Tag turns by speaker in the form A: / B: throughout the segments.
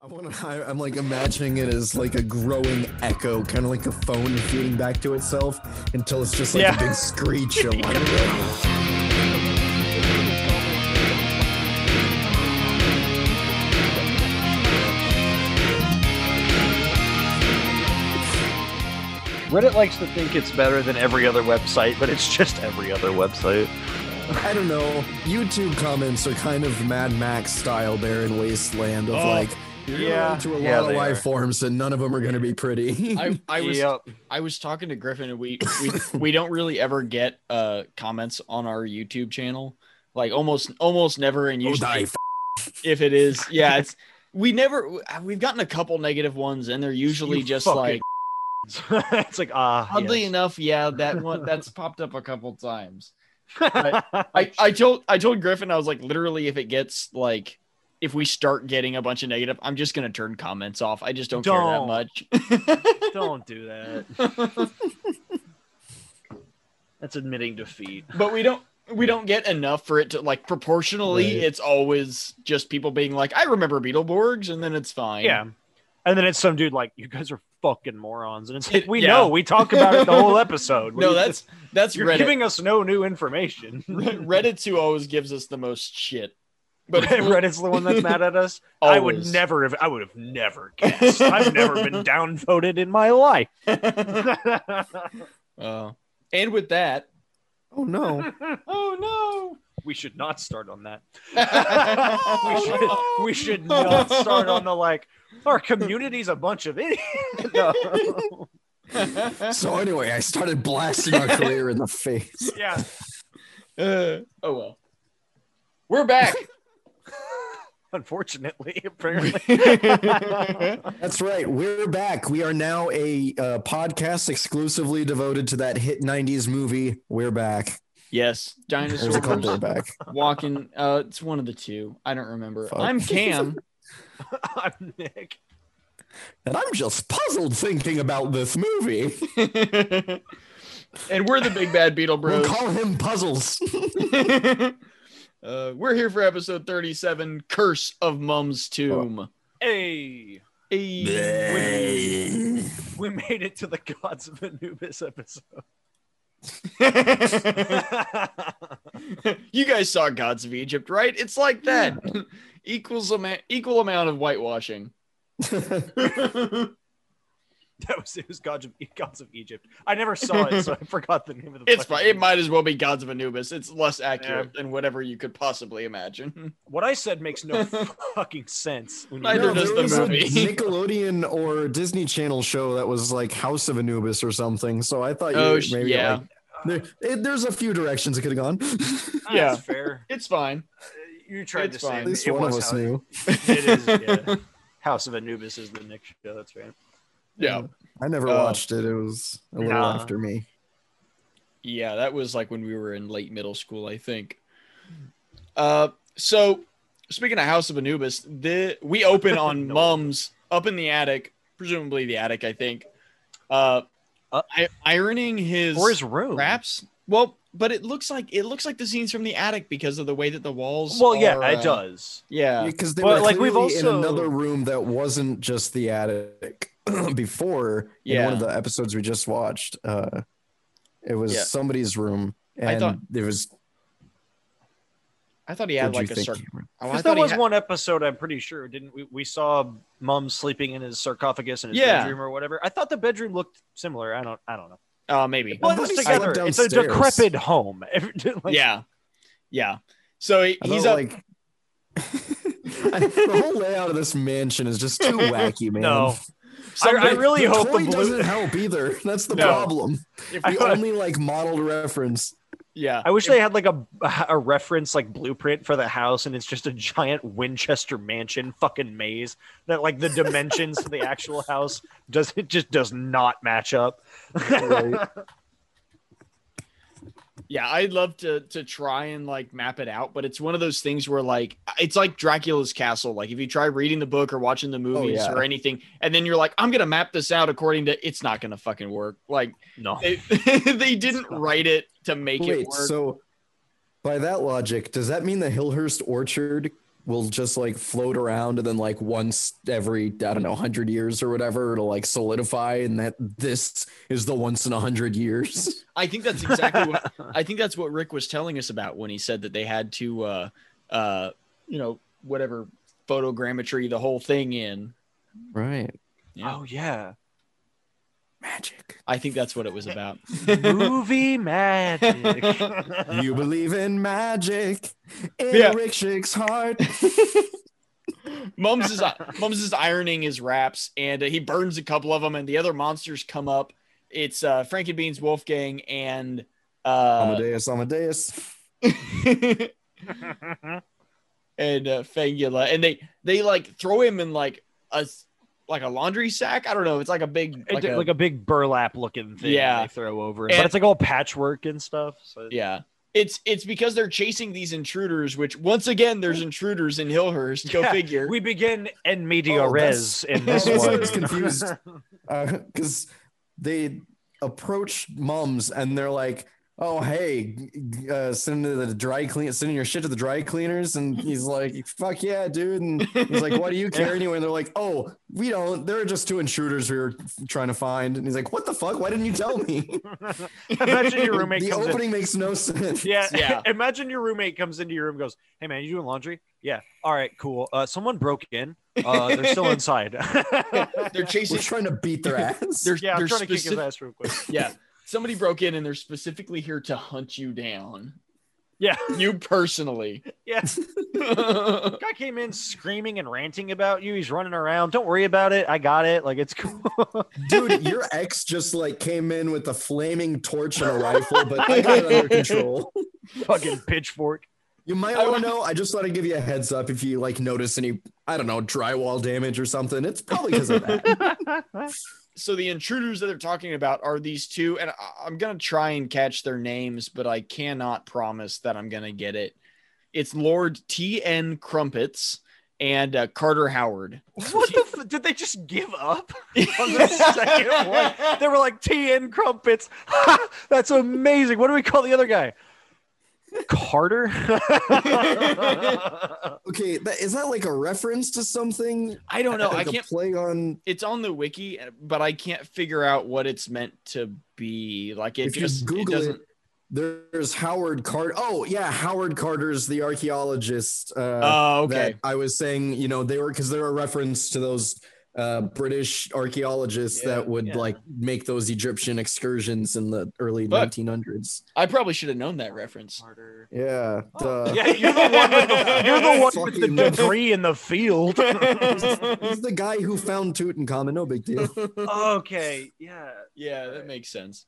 A: I wanna, I, I'm like imagining it as like a growing echo, kind of like a phone feeding back to itself until it's just like
B: Yeah.
A: a big screech. of like,
B: Reddit likes to think it's better than every other website, but it's just every other website.
A: I don't know. YouTube comments are kind of Mad Max style barren wasteland of
C: Oh,
A: like you're
B: yeah,
A: going to a
B: yeah,
A: lot
B: they
A: of life
B: are.
A: forms and none of them are going to be pretty. Oh,
C: I, I was
B: Yep.
C: I was talking to Griffin and we we, we don't really ever get uh comments on our YouTube channel. Like almost almost never and
A: Oh,
C: usually
A: die,
C: if it is yeah, it's we never we've gotten a couple negative ones and they're usually
B: You
C: just
B: fucking-
C: like
B: it's like ah.
C: oddly
B: yes.
C: enough, yeah, that one that's popped up a couple times. I, I told I told Griffin I was like literally if it gets like if we start getting a bunch of negative, I'm just gonna turn comments off. I just don't,
B: Don't.
C: care that much.
B: Don't do that. That's admitting defeat.
C: but we don't we don't get enough for it to like proportionally
A: Right.
C: it's always just people being like i remember beetleborgs and then it's fine
B: Yeah. And then it's some dude like, you guys are fucking morons. And it's like,
C: It-
B: we
C: yeah.
B: know, we talk about it the whole episode.
C: no
B: We-
C: that's that's
B: you're
C: reddit
B: giving us no new information.
C: reddit's who always gives us the most shit
B: But
C: but
B: Reddit's the one that's mad at us. I would
C: Always.
B: never have. I would have never guessed. I've never been downvoted in my life.
C: uh, and with that
A: oh no.
C: oh
B: we should not start on that.
C: no
B: We should, we should not start on the like. Our community's a bunch of idiots. No.
A: So anyway, I started blasting our career in the face.
B: Yeah.
C: Uh, oh well we're back
B: Unfortunately, apparently.
A: That's right. We're back. We are now a uh, podcast exclusively devoted to that hit 90s movie. We're back.
C: yes
A: Or is it called We're
C: dinosaurs
A: Back?
C: walking uh it's one of the two i don't remember
A: Fuck.
C: i'm cam
B: I'm Nick.
A: And I'm just puzzled thinking about this movie.
C: and we're the big bad beetle
A: We'll
C: bros.
A: call him Puzzles.
C: uh, we're here for episode 37, Curse of Mum's Tomb.
B: Hey,
C: Hey.
A: Bleh.
B: we made it to the Gods of Anubis episode.
C: you guys saw Gods of Egypt, right? It's like that. Equals amount, equal amount of whitewashing.
B: that was it was Gods of, Gods of Egypt. I never saw it, so I forgot the name of the.
C: It's
B: fucking
C: fine. It
B: movie.
C: might as well be Gods of Anubis. It's less accurate than whatever you could possibly imagine.
B: What I said makes no fucking sense. when you-
C: Neither
A: No,
C: does
A: there
C: the
A: was a
C: movie.
A: Nickelodeon or Disney Channel show that was like House of Anubis or something. So I thought you
C: Oh,
A: were
C: sh-
A: maybe
C: yeah.
A: like- there- it- there's a few directions it could have gone.
B: Ah,
C: yeah.
B: that's fair.
C: It's fine.
B: You tried
C: It's
B: to say
C: fine.
A: At
B: it-
A: least
B: it
A: one of
B: was
A: us
B: House-
A: knew.
B: It is. Yeah. House of Anubis is the Nick show. That's right.
C: Yeah.
A: I never
C: Oh.
A: watched it. It was a little
B: Nah.
A: after me.
C: Yeah, that was like when we were in late middle school, I think. Uh, so speaking of House of Anubis, the we open on
B: No.
C: Mums up in the attic, presumably the attic, I think. Uh,
B: Uh,
C: I- ironing his
B: Or his room.
C: wraps. Well, but it looks like it looks like the scenes from the attic because of the way that the walls.
B: Well, yeah,
C: are,
B: it
C: uh,
B: does.
C: Yeah,
A: because they
B: Well,
A: were
B: like, we've
A: clearly
B: also-
A: in another room that wasn't just the attic before in one of
C: Yeah.
A: the episodes we just watched uh it was
C: Yeah.
A: somebody's room and
C: I thought-
A: there was
C: I thought he had
A: what'd
C: like
A: you
C: a
A: think,
C: circle.
A: Cameron?
C: Oh, I
B: Because
C: thought
B: there
C: he
B: was
C: had-
B: one episode, I'm pretty sure, didn't we? We saw Mum sleeping in his sarcophagus in his
C: Yeah.
B: bedroom or whatever. I thought the bedroom looked similar. I don't. I don't know.
C: Uh, maybe.
A: Well,
B: Well, it's
A: buddy
B: together.
A: slept
B: It's a
A: downstairs.
B: decrepit home. Every- like,
C: yeah, yeah. So he,
A: I
C: he's
A: thought,
C: up.
A: like the whole layout of this mansion is just too wacky man
B: No. I, I
C: somebody-
B: really
A: the
B: hope the
A: toy
B: blue.
A: doesn't help either that's the
C: No.
A: problem
C: If
A: the
C: we,
A: only like modeled reference
C: yeah.
B: I wish they had like a a reference like blueprint for the house, and it's just a giant Winchester mansion fucking maze that like the dimensions of the actual house does it just does not match up.
A: Right.
C: Yeah, I'd love to to try and like map it out, but it's one of those things where like it's like Dracula's castle. Like if you try reading the book or watching the movies
A: Oh, yeah.
C: or anything, and then you're like, I'm gonna map this out according to it's not gonna fucking work. Like
B: No,
C: they, they didn't write it to make
A: wait
C: it work.
A: so by that logic does that mean the hillhurst orchard will just like float around and then like once every I don't know 100 years or whatever it'll like solidify and that this is the once in 100 years.
C: I think that's exactly what I think that's what Rick was telling us about when he said that they had to uh uh you know whatever photogrammetry the whole thing in.
A: Right.
C: Yeah.
B: Oh yeah,
A: Magic.
C: I think that's what it was about.
B: movie magic.
A: You believe in magic in
C: Yeah.
A: Rick Schick's heart.
C: Mums is Mums is uh, ironing his wraps, and uh, he burns a couple of them, and the other monsters come up. It's uh, Frankie Beans, Wolfgang, and uh,
A: Amadeus, Amadeus.
C: and uh, Fangula, and they they like throw him in like a like a laundry sack. I don't know. It's like a big
B: It
C: like
B: did-
C: a,
B: like a big burlap looking thing
C: Yeah.
B: they throw over,
C: And-
B: but it's like all patchwork and stuff. So
C: yeah. It's it's because they're chasing these intruders, which once again there's intruders in Hillhurst. Go
B: Yeah,
C: figure.
B: We begin en
A: Oh,
B: media
A: that's-
B: res in
A: This
B: this one.
A: was confused because Uh, they approach mums and they're like, "Oh hey, uh, send to the dry clean, sending your shit to the dry cleaners." And he's like, "Fuck yeah, dude!" And he's like, "Why do you care anyway?" And they're like, "Oh, we don't. There are just two intruders we were trying to find." And he's like, "What the fuck? Why didn't you tell me?"
B: Imagine your roommate
A: the
B: comes in.
A: opening makes no sense.
B: Yeah,
C: Yeah.
B: Imagine your roommate comes into your room, and goes, "Hey man, you doing laundry? Yeah. All right, cool. Uh, someone broke in. Uh, they're still inside.
C: they're chasing.
A: We're trying to beat their ass.
C: They're,
B: yeah, I'm
C: they're
B: trying to kick his
C: specific-
B: ass real quick.
C: Yeah. Somebody broke in and they're specifically here to hunt you down.
B: Yeah,
C: You personally.
B: yeah. Guy came in screaming and ranting about you. He's running around. Don't worry about it. I got it. Like it's cool.
A: Dude, your ex just like came in with a flaming torch and a rifle, but I got it under control.
B: Fucking pitchfork.
A: You might
C: I
A: want to know. I just thought I'd give you a heads up if you like notice any, I don't know, drywall damage or something. It's probably because of that.
C: so the intruders that they're talking about are these two, and I- I'm gonna try and catch their names, but I cannot promise that I'm gonna get it. It's Lord T. N. Crumpets and uh, Carter Howard.
B: What the? F- did they just give up on the second one? They were like TN crumpets. That's amazing. What do we call the other guy? Carter.
A: Okay, that, is that like a reference to something?
C: I don't know. I
A: Like a
C: can't.
A: play on.
C: It's on the wiki, but I can't figure out what it's meant to be. Like it
A: if
C: just
A: you
C: it
A: Google it,
C: doesn't.
A: there's Howard Carter. Oh yeah, Howard Carter's the archaeologist. Uh,
C: Oh,
A: that
C: okay.
A: I was saying, you know, they were because they're a reference to those uh, British archaeologists
C: Yeah,
A: that would
B: yeah.
A: like make those Egyptian excursions in the early
C: Look.
A: 1900s.
C: I probably should have known that reference.
B: Carter.
A: Yeah,
B: Oh,
A: duh.
B: yeah, you're the one with the, you're the, one with the
A: Fucking-
B: debris in the field.
A: He's the guy who found Tutankhamun. No big deal.
B: okay, yeah.
C: Yeah, that makes sense.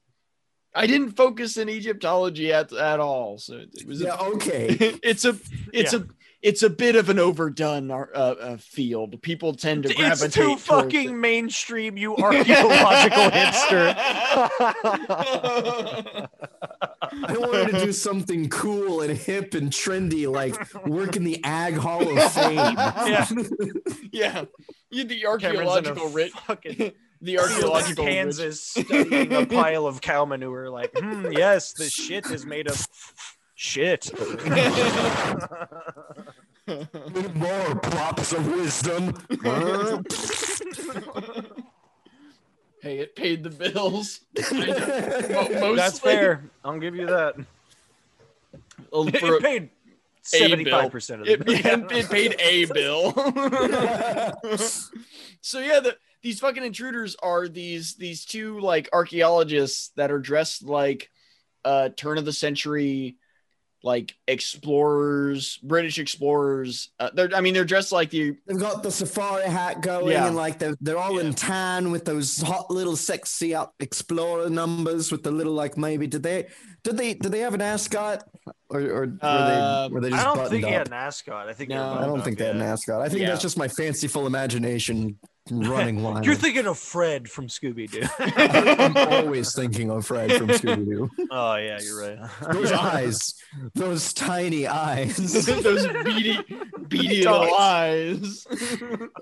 C: I didn't focus in Egyptology at, at all, so it was
A: Yeah,
C: a,
A: okay.
C: it's a it's a it's a bit of an overdone uh, uh, field. People tend to gravitate
B: It's too
C: towards
B: fucking
C: it.
B: mainstream, you archaeological hipster.
A: I wanted to do something cool and hip and trendy, like work in the Ag Hall of Fame.
B: yeah,
C: yeah, You-
B: Cameron's
C: the
B: in a
C: archaeological writ,
B: fucking
C: the archaeological writ-
B: Kansas studying a pile of cow manure. Like, hmm, yes, the shit is made of shit.
A: More props of wisdom.
C: hey, it paid the bills. Mo-
A: That's
C: mostly.
B: That's fair. I'll give you that.
C: Oh,
B: It,
C: for-
B: paid
C: a bill.
B: seventy-five percent of the
C: It, it- it paid a bill. so yeah, the, these fucking intruders are these these two like archaeologists that are dressed like uh turn of the century like explorers, British explorers. Uh, they're I mean they're dressed like the
A: They've got the safari hat going,
C: Yeah.
A: and like they're, they're all
C: Yeah.
A: in tan with those hot little sexy up explorer numbers with the little like maybe did they did they did they have an ascot or or were,
C: Uh,
A: they, were they
B: I
A: just
B: don't
A: buttoned
B: think
A: up?
B: he had an ascot. I think they were
C: No.
A: I
B: buttoned
A: don't
B: up,
A: think they had an
B: yeah.
A: ascot. I think
C: Oh, Yeah.
A: that's just my fanciful imagination running wild.
B: You're thinking of Fred from Scooby Doo.
A: I'm always thinking of Fred from Scooby Doo.
B: oh yeah, you're right.
A: Those eyes, those tiny eyes.
C: those beady beady
B: Dogs.
C: little eyes.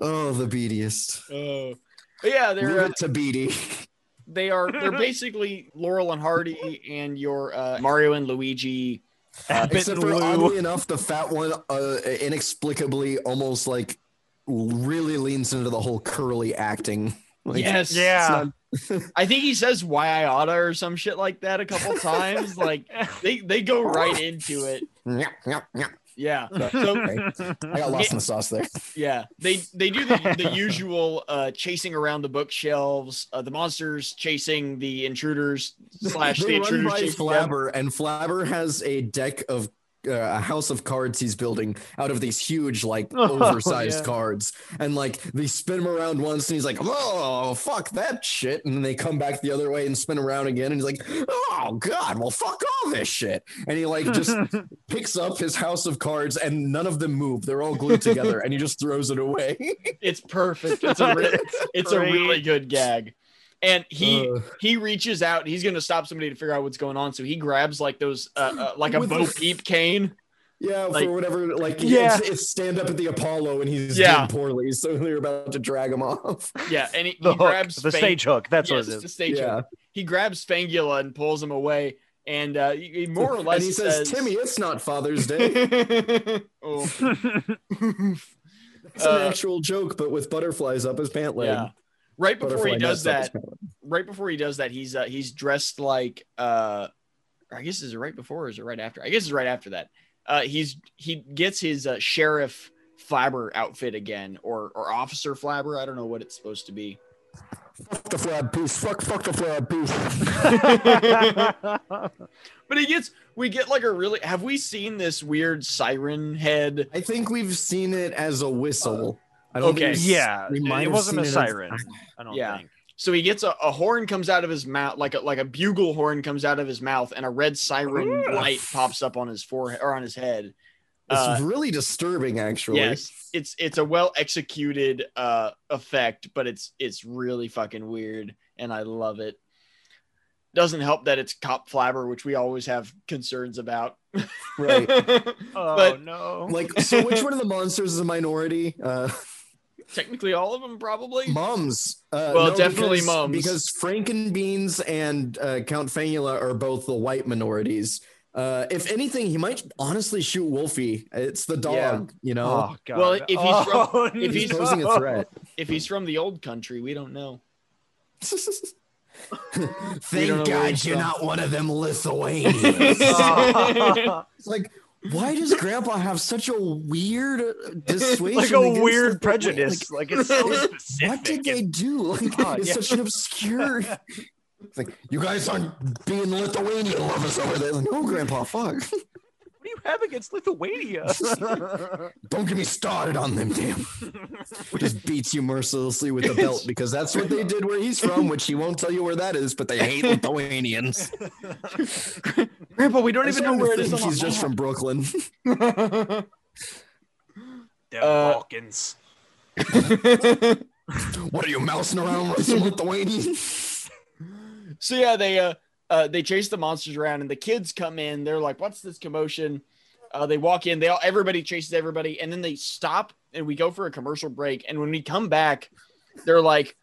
A: Oh, the beatiest.
C: Oh. But yeah, they're uh,
A: Leave it to Beatty.
C: they are they're basically Laurel and Hardy and your uh, Mario and Luigi
B: Abbott
A: Except for
B: Lou.
A: oddly enough, the fat one uh, inexplicably almost like really leans into the whole curly acting. Like,
C: yes.
B: yeah.
C: I think he says why I oughta or some shit like that a couple times. like they they go right into it.
A: nyah, nyah, nyah.
C: Yeah. So
A: Okay. I got lost in the sauce there.
C: yeah, they they do the, the usual uh chasing around the bookshelves, uh, the monsters chasing the intruders slash the
A: they run
C: intruders
A: by
C: chasing them.
A: Flabber, and Flabber has a deck of uh, a house of cards he's building out of these huge, like
B: Oh,
A: oversized
B: yeah.
A: cards, and like they spin him around once, and he's like, "Oh fuck that shit," and then they come back the other way and spin around again, and he's like, "Oh god, well fuck all this shit," and he like just picks up his house of cards, and none of them move; they're all glued together, and he just throws it away.
C: It's perfect. It's a re- it's a
B: great.
C: really good gag. And he
A: Uh,
C: he reaches out. He's gonna stop somebody to figure out what's going on. So he grabs like those uh, uh like a
A: With the-
C: Bo Peep cane.
A: yeah,
C: Like-
A: for whatever, like
B: Yeah.
A: it's, it's stand up at the Apollo, and he's
C: Yeah.
A: doing poorly, so they're about to drag him off.
C: Yeah, and he,
B: the
C: he
B: hook,
C: grabs
B: the
C: Fang-
B: stage hook. That's
C: yes,
B: what it
C: the
B: is.
C: stage
A: Yeah.
C: hook. He grabs Fangula and pulls him away, and uh, he he more or less
A: and he says, "Timmy, it's not Father's Day."
C: oh.
A: It's an
C: Uh,
A: actual joke, but with butterflies up his pant leg.
C: Yeah. Right before he
A: Butterfly
C: does
A: nest
C: that,
A: up his pant leg.
C: right before he does that, he's uh, he's dressed like uh, I guess is it right before or is it right after? I guess it's right after that. Uh, he's he gets his uh, sheriff flabber outfit again, or or officer flabber. I don't know what it's supposed to be.
A: Fuck the flab piece. Fuck, fuck the flab piece.
C: But he gets we get like a really have we seen this weird siren head?
A: I think we've seen it as a whistle. I don't
C: okay.
A: think we've-
B: yeah,
A: we might
B: it
A: have
B: wasn't
A: seen
B: a
A: it as-
B: siren. I don't
C: Yeah.
B: think.
C: So he gets a, a horn comes out of his mouth, like a like a bugle horn comes out of his mouth, and a red siren
A: Ooh.
C: light pops up on his forehead or on his head.
A: It's
C: Uh,
A: really disturbing, actually.
C: Yes, it's it's a well executed uh effect, but it's it's really fucking weird, and I love it. Doesn't help that it's cop flabber, which we always have concerns about.
A: Right.
B: Oh
C: but
B: no!
A: like, so which one of the monsters is a minority? Uh,
C: technically, all of them probably.
A: mums. Uh,
C: Well, definitely
A: because,
C: mums.
A: Because Frankenbeans and uh, Count Fangula are both the white minorities. Uh, if anything, he might honestly shoot Wolfie. It's the dog,
C: Yeah.
A: you know?
B: oh god!
C: Well, if he's from-
B: Oh,
C: if he's
A: He's posing
B: no.
A: a threat.
C: If he's from the old country, we don't know. We don't know
A: Thank
C: where he's
A: God you're
C: from.
A: not one of them Lithuanians.
B: Oh.
C: Ah.
A: it's like, why does Grandpa have such a weird dissuasion?
B: like a
A: against
B: weird
A: Lithuania?
B: prejudice. Like, it's so
A: What
B: specific.
A: What did they do? Like,
B: God,
A: it's
B: yeah.
A: such an obscure. It's like you guys aren't being Lithuanian lovers over there. Like, no, Grandpa, fuck!
B: What do you have against Lithuania?
A: Don't get me started on them, damn. Just beats you mercilessly with the belt because that's what they did where he's from, which he won't tell you where that is. But they hate Lithuanians.
C: Grandpa, we
A: I
C: don't even
A: started
C: know
A: to
C: where it is.
A: think
C: on
A: He's
C: the
A: just from Brooklyn.
C: map.
B: Them
C: Uh,
B: Balkans.
A: What are you mousing around with some Lithuanians?
C: so yeah, they uh, uh they chase the monsters around, and the kids come in. They're like, "What's this commotion?" Uh, they walk in. They all everybody chases everybody, and then they stop, and we go for a commercial break. And when we come back, they're like,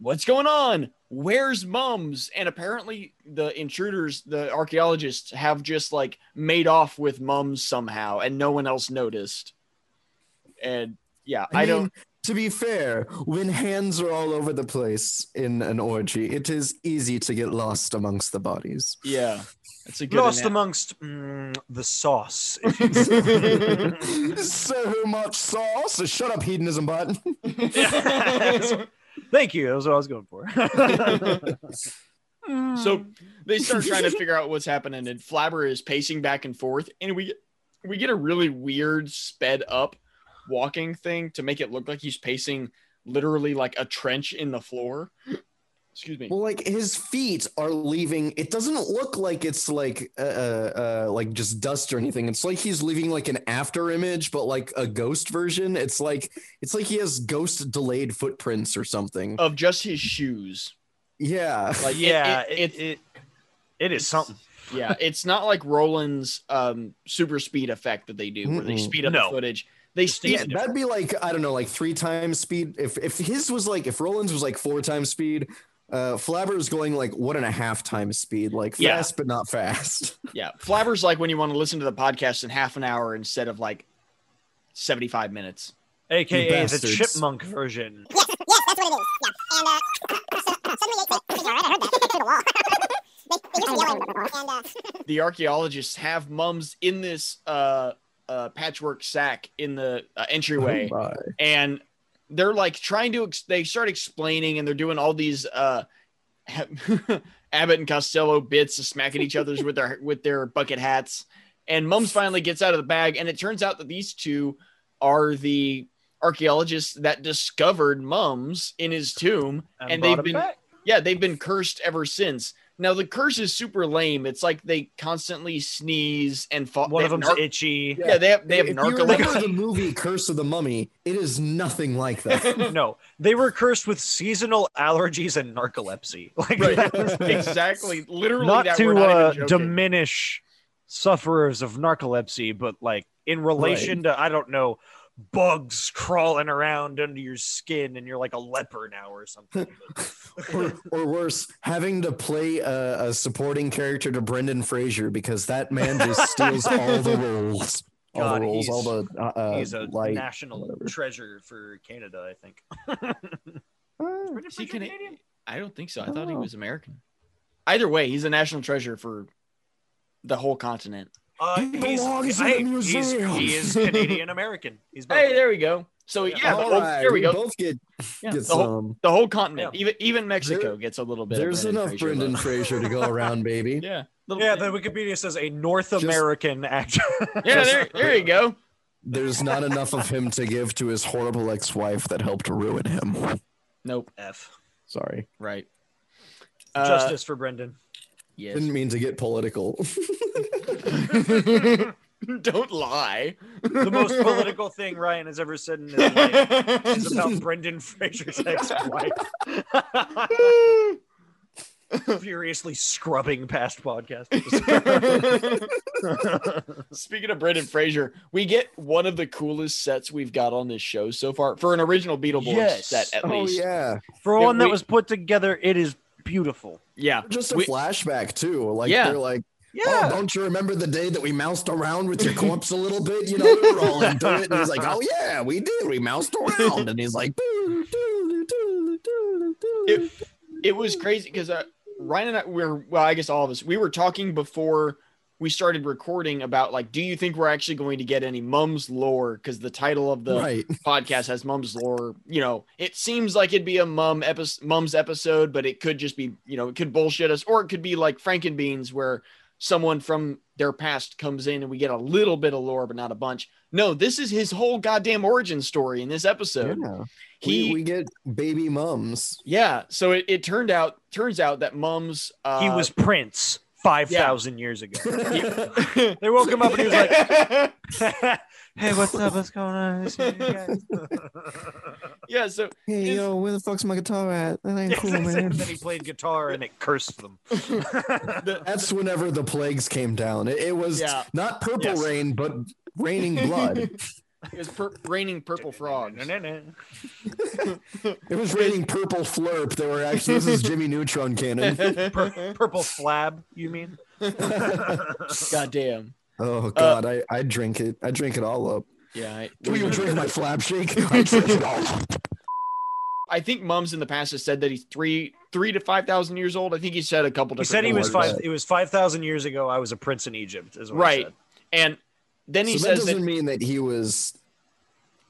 C: "What's going on? Where's Mums?" And apparently, the intruders, the archaeologists, have just like made off with Mums somehow, and no one else noticed. And yeah, I,
A: mean,
C: don't.
A: To be fair, when hands are all over the place in an orgy, it is easy to get lost amongst the bodies.
C: Yeah, that's a good.
B: Lost
C: ana-
B: amongst mm, the sauce.
A: so much sauce. So shut up, hedonism button.
B: Thank you. That was what I was going for.
C: So they start trying to figure out what's happening, and Flabber is pacing back and forth, and we we get a really weird sped up walking thing to make it look like he's pacing literally like a trench in the floor. Excuse me.
A: Well, like his feet are leaving. It doesn't look like it's like uh, uh, uh, like just dust or anything. It's like he's leaving like an after image, but like a ghost version. It's like it's like he has ghost delayed footprints or something.
C: Of just his shoes.
A: yeah.
C: Like it-
B: yeah,
C: it-
B: it,
C: it-
B: it, it is something.
C: yeah, it's not like Roland's um super speed effect that they do where they
A: Mm-mm.
C: speed up
B: No.
C: the footage. They
A: Yeah,
C: speed
A: that'd be like I don't know, like three times speed. If if his was like if Roland's was like four times speed, Uh, Flabber's going like one and a half times speed, like
C: Yeah.
A: fast but not fast.
C: Yeah, Flabber's like when you want to listen to the podcast in half an hour instead of like seventy-five minutes.
B: aka the
A: bastards.
B: chipmunk version.
D: Yes, yes, that's what it is. Yeah. And uh, so, suddenly they, they, all right, I heard that. Through the wall. they, they just yelling. And uh,
C: The archaeologists have mums in this uh, uh, patchwork sack in the uh, entryway,
A: Oh my.
C: and they're like trying to. Ex- they start explaining, and they're doing all these uh, Abbott and Costello bits, of smacking each other's with their with their bucket hats. And mums finally gets out of the bag, and it turns out that these two are the archaeologists that discovered mums in his tomb
B: brought
C: And they've
B: him
C: been-
B: back.
C: yeah, they've been cursed ever since. Now the curse is super lame. It's like they constantly sneeze and fall.
B: one
C: they
B: of
C: have
B: them's
C: nar-
B: itchy.
C: yeah, they have they have
A: if you
C: narcolepsy.
A: remember the movie Curse of the Mummy, it is nothing like that.
B: no, they were cursed with seasonal allergies and narcolepsy. Like
C: Right.
B: that's-
C: exactly. Literally,
B: not
C: that
B: to
C: we're not
B: uh,
C: even joking.
B: diminish sufferers of narcolepsy, but like in relation to I don't know bugs crawling around under your skin and you're like a leper now or something.
A: or, or worse, having to play a, a supporting character to Brendan Fraser because that man just steals all the roles, all
B: God,
A: the roles,
B: he's-
A: all the uh, uh,
B: He's a
A: like.
B: national
A: whatever.
B: treasure for Canada, I think.
A: Uh,
C: Is he Cana- I don't think so. I thought he
A: Oh.
C: was American. Either way, he's a national treasure for the whole continent.
B: Uh,
A: He
B: he's,
A: belongs in
B: hey,
A: a
B: he's-
A: museum.
B: he is Canadian American. He's both.
C: Hey, there we go. So
B: Yeah.
C: yeah,
A: all
C: the whole,
A: right,
C: there we go.
A: Both get,
C: Yeah,
A: get
C: the, whole,
A: some.
C: the whole continent,
B: Yeah.
C: even even Mexico, gets a little bit.
A: There's
C: of Brendan
A: enough
C: Fraser
A: Brendan
C: love.
A: Fraser to go around, baby.
C: Yeah, little-
B: yeah, the Wikipedia says a North
A: Just-
B: American actor.
C: yeah. There, there you go.
A: There's not enough of him to give to his horrible ex-wife that helped ruin him.
C: Nope.
B: F.
A: Sorry,
C: Right.
B: Justice for Brendan.
A: didn't mean to get political.
C: Don't lie.
B: The most political thing Ryan has ever said in his life is about Brendan Fraser's ex-wife. Furiously scrubbing past podcast.
C: Speaking of Brendan Fraser, we get one of the coolest sets we've got on this show so far for an original Beetleborgs
B: Yes.
C: set, at
A: oh
C: least.
A: yeah,
B: For
C: Yeah,
B: one that
C: we-
B: was put together, it is beautiful.
C: Yeah.
A: just a
C: We-
A: flashback too. Like
C: Yeah.
A: they're like. Oh, don't you remember the day that we moused around with your corpse a little bit? You know, we were all into it. And he's like, oh, yeah, we did. We moused around. And he's like, "Doo, doo, doo, doo, doo, doo."
C: It, it was crazy because uh, Ryan and I we were well, I guess all of us we were talking before we started recording about like, do you think we're actually going to get any Mums lore? Because the title of the
A: right.
C: podcast has Mum's lore. You know, it seems like it'd be a Mum episode, Mum's episode, but it could just be, you know, it could bullshit us, or it could be like Frankenbeans, where someone from their past comes in and we get a little bit of lore, but not a bunch. No, this is his whole goddamn origin story in this episode.
A: Yeah.
C: He,
A: we, we get baby mums.
C: yeah. So it, it turned out turns out that Mum's uh,
B: he was Prince five thousand years ago.
C: he-
B: They woke him up and he was like, "Hey, what's up? What's going on?" Nice to meet you guys."
C: yeah. So
A: Hey,
C: His-
A: yo, where the fuck's my guitar at? That ain't
B: Yes,
A: cool,
B: yes, and
A: man.
B: then he played guitar and it cursed them.
C: the,
A: That's whenever the plagues came down. It, it was
C: Yeah.
A: not purple
B: Yes.
A: rain, but raining blood.
C: it was pur- raining purple frogs.
A: it was raining purple flurp. They were actually, this is Jimmy Neutron
C: Uh,
A: cannon.
B: Pur- purple flab, you mean?
C: Goddamn.
A: Oh, God. I, I drink it. I drink it all up.
C: Yeah. I-
A: Don't even drink my flab shake. I drink it all up.
C: I think Mums in the past has said that he's three three to five thousand years old. I think he said a couple
B: He
C: different.
B: said he was
C: numbers.
B: five. It was five thousand years ago. I was a prince in Egypt. Is what he
C: Right.
B: said.
C: and then he
A: so that
C: says
A: doesn't
C: that
A: mean that he was.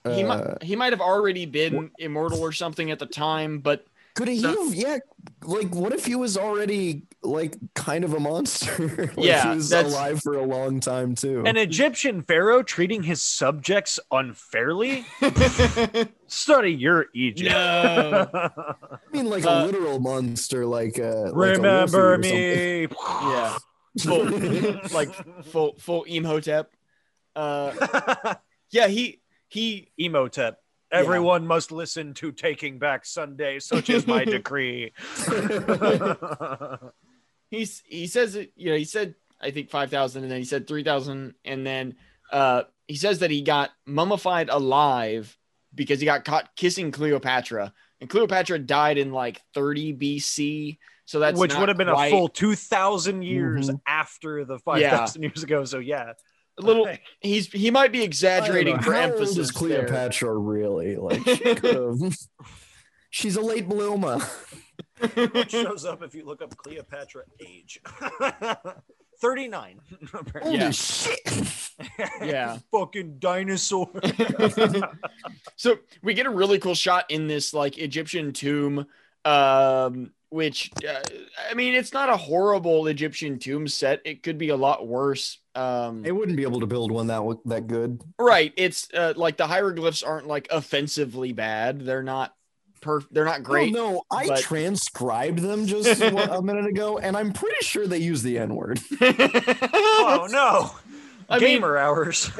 C: he
A: uh,
C: might he might have already been immortal or something at the time, but
A: could he?
C: so-
A: have- yeah, like what if he was already like kind of a monster? like,
C: Yeah,
A: he was
C: that's-
A: alive for a long time too.
B: An Egyptian pharaoh treating his subjects unfairly. Study your Egypt.
C: no,
A: I mean, like
C: uh,
A: a literal monster, like uh, like a
B: Remember
A: Luffy or
B: me.
C: yeah, full, like full full Imhotep. Uh, yeah, he he
B: Emotep.
C: Yeah.
B: Everyone must listen to Taking Back Sunday, such is my decree.
C: he's he says it you know he said i think 5000 and then he said 3000 and then uh he says that he got mummified alive because he got caught kissing cleopatra and Cleopatra died in like 30 BC. So that's
B: which
C: not
B: would have been
C: quite-
B: a full 2000 years after the 5000 years ago so yeah
C: a little. He's he might be exaggerating for
A: How old
C: emphasis.
A: is
C: there.
A: Cleopatra really like? She could've- She's a late bloomer.
B: it shows up if you look up cleopatra age 39
A: Holy
C: Yeah.
A: shit!
C: Yeah.
B: fucking dinosaur
C: So we get a really cool shot in this like Egyptian tomb, um, which uh, I mean, it's not a horrible Egyptian tomb set. It could be a lot worse. Um,
A: They wouldn't be able to build one that w- that good.
C: right? It's uh, like the hieroglyphs aren't like offensively bad. They're not perf. They're not great.
A: Oh, no, I
C: but-
A: transcribed them just one- a minute ago, and I'm pretty sure they use the N word.
B: oh no
C: I mean-
B: gamer hours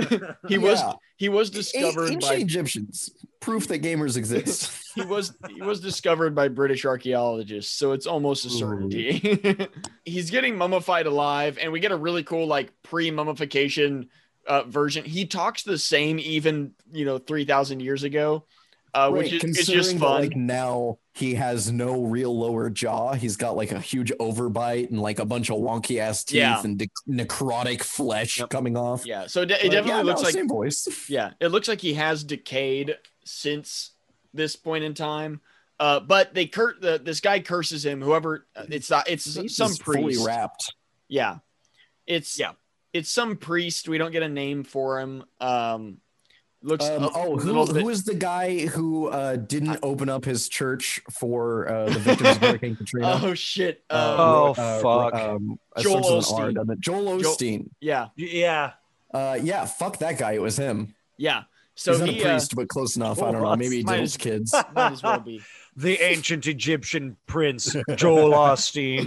C: He was
A: Yeah.
C: he was discovered
A: Ancient
C: by
A: Egyptians, proof that gamers exist.
C: he was he was discovered by British archaeologists, so it's almost a certainty. He's getting mummified alive, and we get a really cool like pre-mummification uh, version. He talks the same even you know three thousand years ago, uh,
A: Right,
C: which is it's
A: considering
C: just
A: that,
C: fun.
A: like now he has no real lower jaw. He's got like a huge overbite and like a bunch of wonky ass teeth
C: Yeah.
A: and de- necrotic flesh
B: Yep.
A: coming off.
C: yeah, so de- it
A: But
C: definitely
A: yeah, no,
C: looks like
A: same voice.
C: yeah, it looks like he has decayed since this point in time. Uh, but they cur- the, this guy curses him. Whoever uh, it's not, it's
A: He's
C: some
A: just fully
C: priest.
A: wrapped.
C: Yeah. It's
B: Yeah.
C: It's some priest. We don't get a name for him. Um looks
A: Um,
C: a
A: oh, who,
C: little bit-
A: who is the guy who uh, didn't open up his church for uh, the victims of Hurricane Katrina? Uh,
C: Oh shit. Um,
B: Oh. fuck.
A: um, it
C: Joel
A: starts with an R,
C: Osteen.
A: doesn't it? uh, Joel
C: Joel-
A: Osteen.
C: yeah.
B: yeah
A: Uh, yeah, fuck that guy. It was him.
C: Yeah. So
A: He's not
C: he Oh,
A: a priest, but close enough. I don't know.
B: Joel
A: Maybe he
B: Osteen.
A: deals kids.
C: Uh, might as well be.
B: the ancient egyptian prince joel austin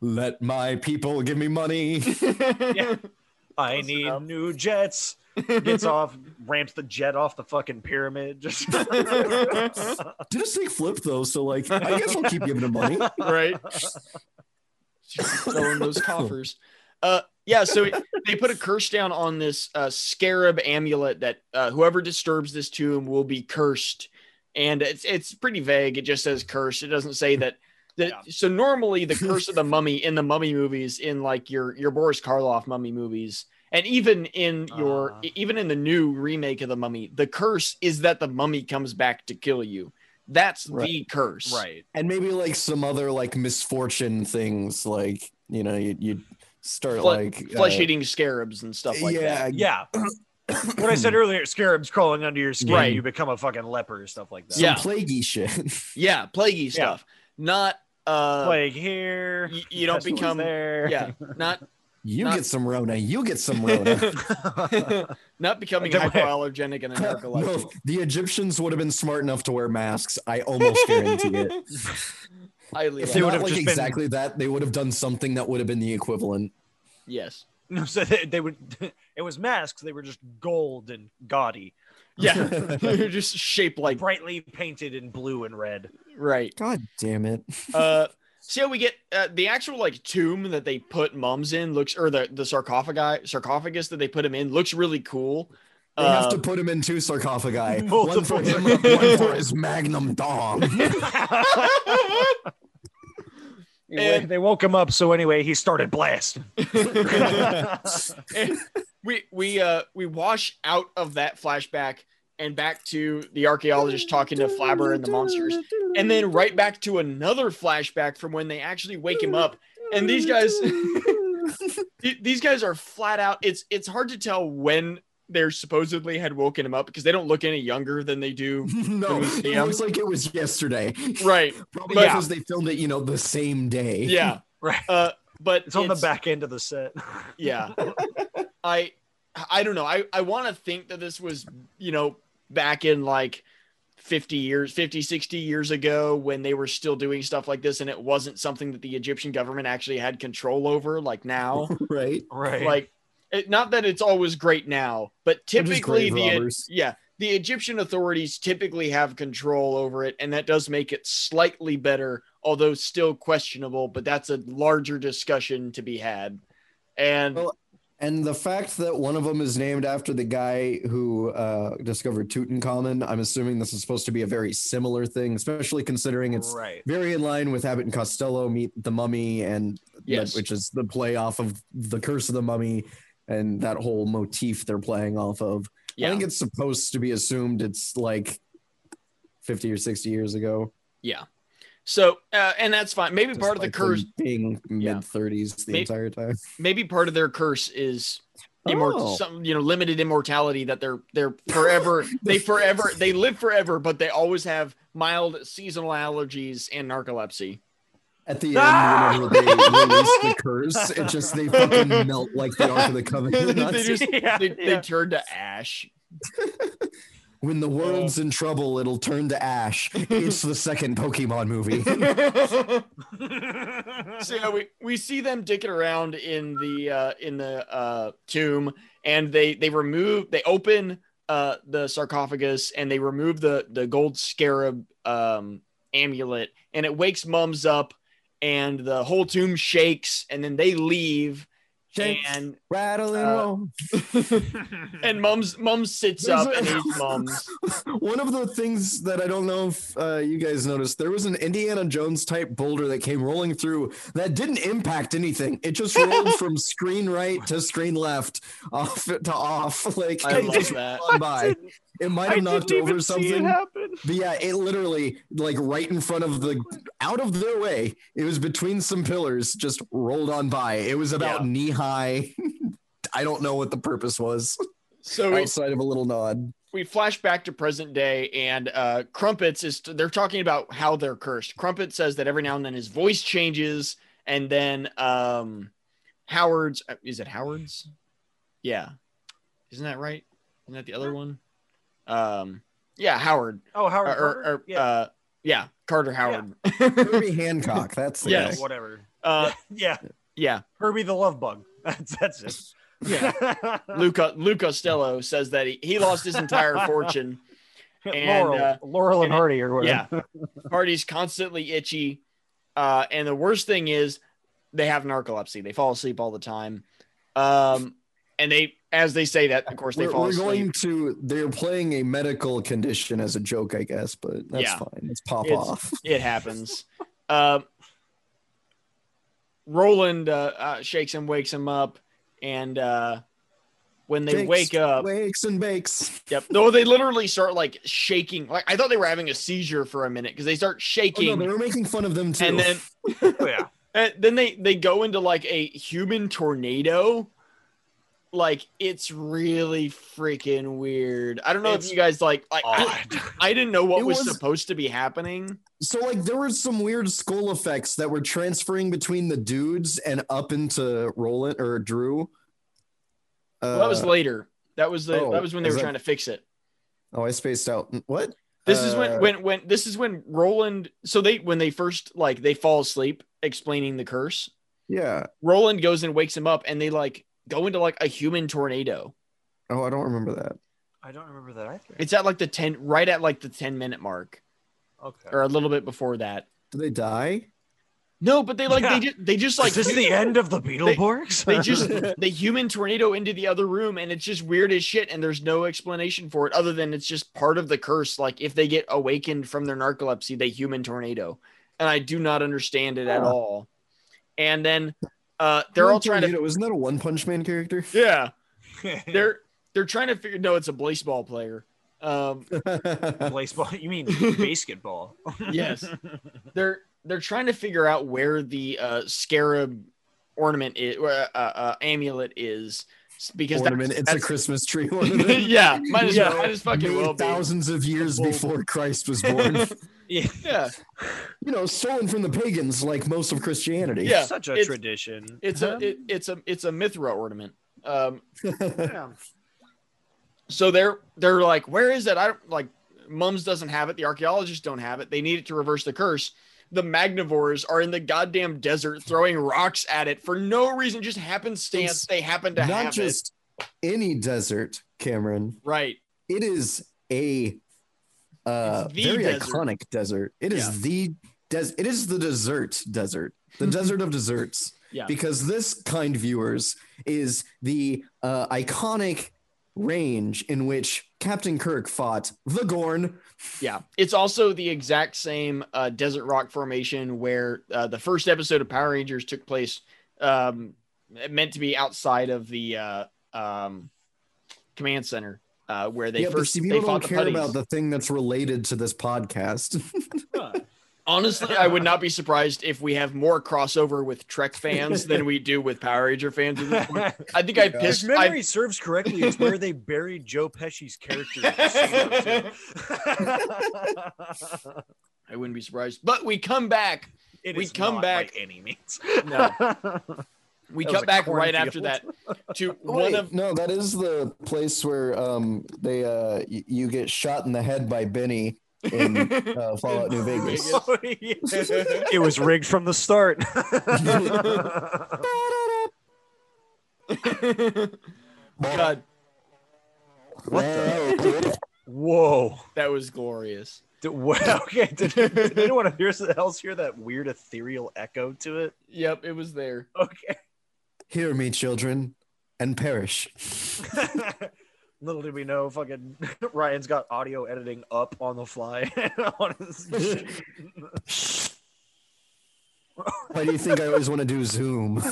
A: Let my people give me money.
B: Yeah. I
C: Close
B: need
C: enough.
B: new jets. Gets off, ramps the jet off the fucking pyramid. Just
A: Did a snake flip though? So like, I guess I'll keep giving him money.
C: right. Throwing those coffers. Uh yeah, so they put a curse down on this uh, scarab amulet that uh, whoever disturbs this tomb will be cursed, and it's it's pretty vague. It just says curse. It doesn't say that. that
B: Yeah.
C: So normally the curse of the mummy in the mummy movies, in like your your Boris Karloff mummy movies, and even in your
B: Uh-huh.
C: e, even in the new remake of the mummy, the curse is that the mummy comes back to kill you. That's the
A: Right.
C: curse.
B: right.
A: And maybe like some other like misfortune things, like you know, you you start
C: Fle-
A: like uh,
C: Flesh eating scarabs and stuff like
A: yeah,
C: that.
B: Yeah. what I said earlier, scarabs crawling under your skin,
C: Right.
B: you become a fucking leper, stuff like that.
A: some
C: Yeah.
A: plaguey shit.
C: Yeah, plaguey stuff. Not uh
B: Plague here.
C: y- you don't
B: pestilence
C: become
B: there.
C: yeah, not
A: You
C: Not-
A: get some Rona. You get some Rona.
C: not becoming
B: Different-
C: hypoallergenic in America like
A: no, the Egyptians would have been smart enough to wear masks. I almost guarantee it.
C: highly
A: If
B: They
A: they
B: would
C: likely.
A: would
B: have
A: have like
B: just been-
A: exactly that, they would have done something that would have been the equivalent.
C: yes.
B: No, so they, they would. It was masks. They were just gold and gaudy,
C: Yeah. You're just shaped like
B: brightly painted in blue and red.
C: right.
A: God damn it!
C: Uh so yeah, we get uh, the actual like tomb that they put mums in looks or the the sarcophagi sarcophagus that they put him in looks really cool.
A: They
C: Uh,
A: have to put him in two sarcophagi. One
B: Multiple.
A: for him, one for his magnum dong.
C: And-
B: they woke him up. So anyway, he started blast.
C: And we we uh we wash out of that flashback and back to the archaeologist talking to Flabber and the monsters, and then right back to another flashback from when they actually wake him up. And these guys, th- these guys are flat out. It's it's hard to tell when they're supposedly had woken him up because they don't look any younger than they do.
A: no,
C: we
A: it
C: see him?
A: looks like it was yesterday.
C: Right?
A: Probably
C: But-
A: because they filmed it, you know, the same day.
C: Yeah.
B: Right.
C: Uh, but
B: It's on the back end of the set.
C: yeah i i don't know i i want to think that this was you know back in like 50 years 50 60 years ago when they were still doing stuff like this and it wasn't something that the egyptian government actually had control over like now
A: Right.
B: Right.
C: like it, not that it's always great now but
A: They're just
C: typically
A: grave
C: the
A: robbers.
C: yeah the egyptian authorities typically have control over it and that does make it slightly better although still questionable but that's a larger discussion to be had and
A: Well, And the fact that one of them is named after the guy who uh, discovered Tutankhamun, I'm assuming this is supposed to be a very similar thing, especially considering it's
B: right.
A: very in line with Abbott and Costello meet the Mummy, and
C: Yes.
A: which is the play off of the Curse of the Mummy and that whole motif they're playing off of. I
C: Yeah.
A: think it's supposed to be assumed it's like 50 or 60 years ago.
C: Yeah. So, uh, and that's fine. Maybe
A: Just
C: part of the
A: like them
C: curse,
A: being
C: Yeah.
A: mid 30s the
C: May-
A: entire time.
C: maybe part of their curse is immor-
A: Oh.
C: some, you know, limited immortality that they're they're forever they forever they live forever, but they always have mild seasonal allergies and narcolepsy.
A: At the
B: Ah!
A: end, whenever they release the curse, it just they fucking melt like the Ark of the Covenant.
C: They just-
B: yeah,
C: They,
B: yeah.
C: they turn to ash.
A: When the world's in trouble, it'll turn to ash. It's the second Pokemon movie.
C: so yeah, we, we see them dicking around in the uh, in the uh, tomb, and they they remove they open uh, the sarcophagus and they remove the the gold scarab um, amulet, and it wakes Mums up, and the whole tomb shakes, and then they leave,
A: Shakes.
C: and
A: Rattle and
C: Uh,
A: roll.
C: and Mums Mums sits
A: There's
C: up
A: a-
C: and eats Mums.
A: One of the things that I don't know if uh, you guys noticed, there was an Indiana Jones type boulder that came rolling through that didn't impact anything. It just rolled from screen right to screen left, off to off. Like
C: I
A: it
C: love
A: just
C: that.
A: rolled by.
B: didn't-
A: It might
B: I
A: have knocked
B: didn't
A: over
B: even see it
A: something.
B: happen.
A: But yeah, it literally like right in front of the out of their way. It was between some pillars, just rolled on by. It was about
B: Yeah.
A: knee high. I don't know what the purpose was
C: So we,
A: outside of a little nod.
C: we flash back to present day and uh crumpets is they're talking about how they're cursed crumpet says that every now and then his voice changes and then um howard's uh, is it howard's yeah isn't that right isn't that the other one um yeah howard
B: Oh,
C: or,
B: Howard.
C: or,
B: Carter?
C: or,
B: yeah.
C: uh yeah carter howard
A: Herbie Hancock. That's the
B: yeah,
C: yes.
A: guy.
B: whatever.
C: uh
B: Yeah,
C: yeah
B: Herbie the Love Bug. That's that's it.
C: Yeah. luca luke costello says that he, he lost his entire fortune And,
B: Laurel,
C: uh,
B: Laurel and
C: and-
B: Hardy, or whatever.
C: yeah party's constantly itchy uh and the worst thing is they have narcolepsy they fall asleep all the time um and they as they say that of course they
A: We're,
C: fall
A: we're
C: asleep
A: going to. They're playing a medical condition as a joke, I guess, but that's
C: Yeah.
A: fine. It's pop
C: It's-
A: off.
C: it happens um roland uh, uh shakes him wakes him up and uh when they
A: Jakes
C: wake up
A: wakes and bakes.
C: yep no they literally start like shaking like i thought they were having a seizure for a minute because they start
A: Oh,
C: shaking
A: no, they were making fun of them too.
C: and then
B: yeah.
C: And then they they go into like a human tornado. Like it's really freaking weird. I don't know
B: It's
C: if you guys like like I,
B: Odd.
C: I didn't know what
A: It
C: was,
A: was-
C: supposed to be happening.
A: So like there were some weird skull effects that were transferring between the dudes and up into Roland or Drew. Uh,
C: Well, that was later. That was the
A: oh,
C: that was when they
A: is
C: were
A: that-
C: trying to fix it.
A: oh, I spaced out. What?
C: This is
A: Uh,
C: when when when this is when Roland so they when they first like they fall asleep explaining the curse.
A: Yeah.
C: Roland goes and wakes him up and they like go into like a human tornado.
A: Oh, I don't remember that.
B: I don't remember that either.
C: It's at like the 10 right at like the 10 minute mark
B: okay.
C: or a little bit before that.
A: Do they die?
C: No, but they like
B: Yeah.
C: they just they just like
B: is this the end of the Beetleborgs?
C: they just the human tornado into the other room and it's just weird as shit and there's no explanation for it other than it's just part of the curse like if they get awakened from their narcolepsy they human tornado and i do not understand it at
A: Huh.
C: all and then uh they're
A: Oh,
C: all trying to
A: Tornado, Isn't that a One Punch Man character?
C: yeah they're they're trying to figure no it's a baseball player um
B: baseball. You mean basketball? Oh,
C: yes they're they're trying to figure out where the uh scarab ornament is uh, uh, uh amulet is because that's-
A: ornament. It's a
C: that's-
A: Christmas tree ornament.
C: yeah, might as
B: Yeah.
C: well. Might as fucking
A: Made
C: well be.
A: thousands of years
C: Well-
A: before Christ was born. you
B: Yeah.
C: Yeah,
A: know, stolen from the pagans like most of Christianity.
C: Yeah,
B: Such a
C: it's-
B: tradition.
C: it's a it, it's a it's a Mithra ornament. Um, so they're they're like, where is it? I don't like. Mums doesn't have it. The archaeologists don't have it. They need it to reverse the curse. The Magnivores are in the goddamn desert throwing rocks at it for no reason. Just happenstance,
A: It's
C: they happen to
A: Not
C: have it.
A: just any desert, Cameron.
C: Right.
A: it is a uh,
C: It's the
A: very
C: desert.
A: iconic desert. It is
C: Yeah. Mm-hmm.
A: the des- it is the dessert desert, the desert of desserts.
C: Yeah.
A: Because this kind viewers is the uh, iconic range in which Captain Kirk fought the Gorn.
C: Yeah, it's also the exact same uh, desert rock formation where uh, the first episode of Power Rangers took place, um, meant to be outside of the uh, um, command center uh, where they
A: yeah, but
C: first
A: see,
C: they
A: people
C: fought
A: don't
C: the
A: care
C: putties.
A: about the thing that's related to this podcast.
C: Honestly, I would not be surprised if we have more crossover with Trek fans than we do with Power Ranger fans. At this point. I think I
A: Yeah.
B: If
C: pissed. I,
B: memory serves correctly, it's where they buried Joe Pesci's character. in the sewer, too.
C: I wouldn't be surprised, but we come back.
B: It
C: We
B: is
C: come
B: not
C: back-
B: by any means.
C: No. We
B: That was
C: come
B: a
C: back right after
B: cornfield.
C: that to
A: Wait,
C: one of
A: no, that is the place where um they uh y- you get shot in the head by Benny in uh, Fallout New Vegas.
B: Oh, yeah. It was rigged from the start.
C: God.
B: Whoa.
C: That was glorious.
B: Did, what, okay. Did, did anyone hear- else hear that weird ethereal echo to it?
C: Yep, it was there.
B: Okay.
A: Hear me, children, and perish.
B: Little did we know, fucking Ryan's got audio editing up on the fly. on his shit.
A: Why do you think I always want to do Zoom?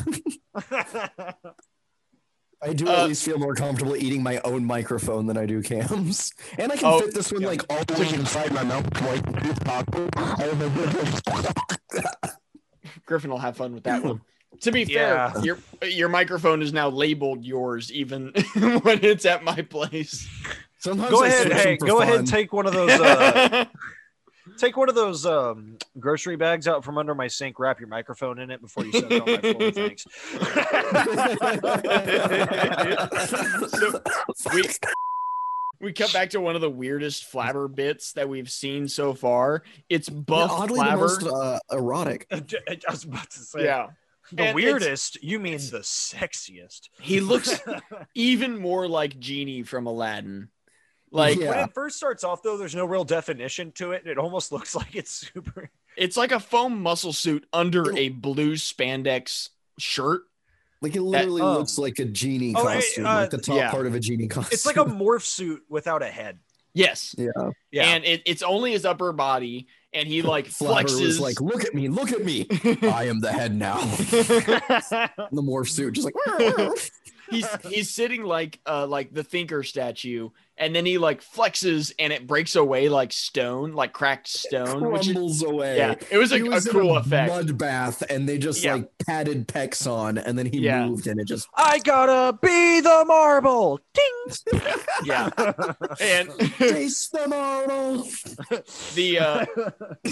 A: I do
C: Uh,
A: at least feel more comfortable eating my own microphone than I do Cam's, and I can
C: Oh,
A: fit this one
C: yeah.
A: like all the way inside my mouth, like this taco. I remember-
C: Griffin will have fun with that one. To be fair,
B: Yeah.
C: your your microphone is now labeled yours, even when it's at my place.
A: Sometimes
B: go
A: I
B: ahead,
A: switch them
B: hey,
A: for
B: go ahead,
A: fun.
B: take one of those. Uh, Take one of those um, grocery bags out from under my sink, wrap your microphone in it before you set it on my floor. Thanks.
C: So, we we come back to one of the weirdest flabber bits that we've seen so far. It's
A: Yeah,
C: buff
A: oddly the
C: flabber.
A: most uh, erotic.
B: I was about to say.
C: yeah,
B: The
C: And
B: weirdest, you mean the sexiest.
C: he looks even more like Genie from Aladdin. Like
A: Yeah.
B: When it first starts off, though, there's no real definition to it. and It almost looks like it's super.
C: it's like a foam muscle suit under a blue spandex shirt.
A: Like
C: Eh,
A: it literally
C: oh.
B: um,
A: looks like a genie
B: oh, I-
A: costume,
B: uh,
A: like the top
C: yeah.
A: part of a genie costume.
B: It's like a morph suit without a head.
C: Yes.
A: yeah.
B: Yeah.
C: And it, it's only his upper body, and he like
A: Flapper
C: flexes.
A: was like, look at me, look at me. I am the head now. the morph suit, just like
C: he's he's sitting like uh like the thinker statue, and then he like flexes, and it breaks away like stone, like cracked stone. Which is,
A: crumbles away.
C: yeah, it was
A: He
C: a,
A: was
C: a
A: in
C: cool
A: a
C: effect.
A: Mud bath, and they just
B: Yeah.
A: like patted pecs on, and then he
C: Yeah.
A: moved, and it just
B: I gotta be the marble. Ding.
C: Yeah, and
A: taste them all.
C: the uh,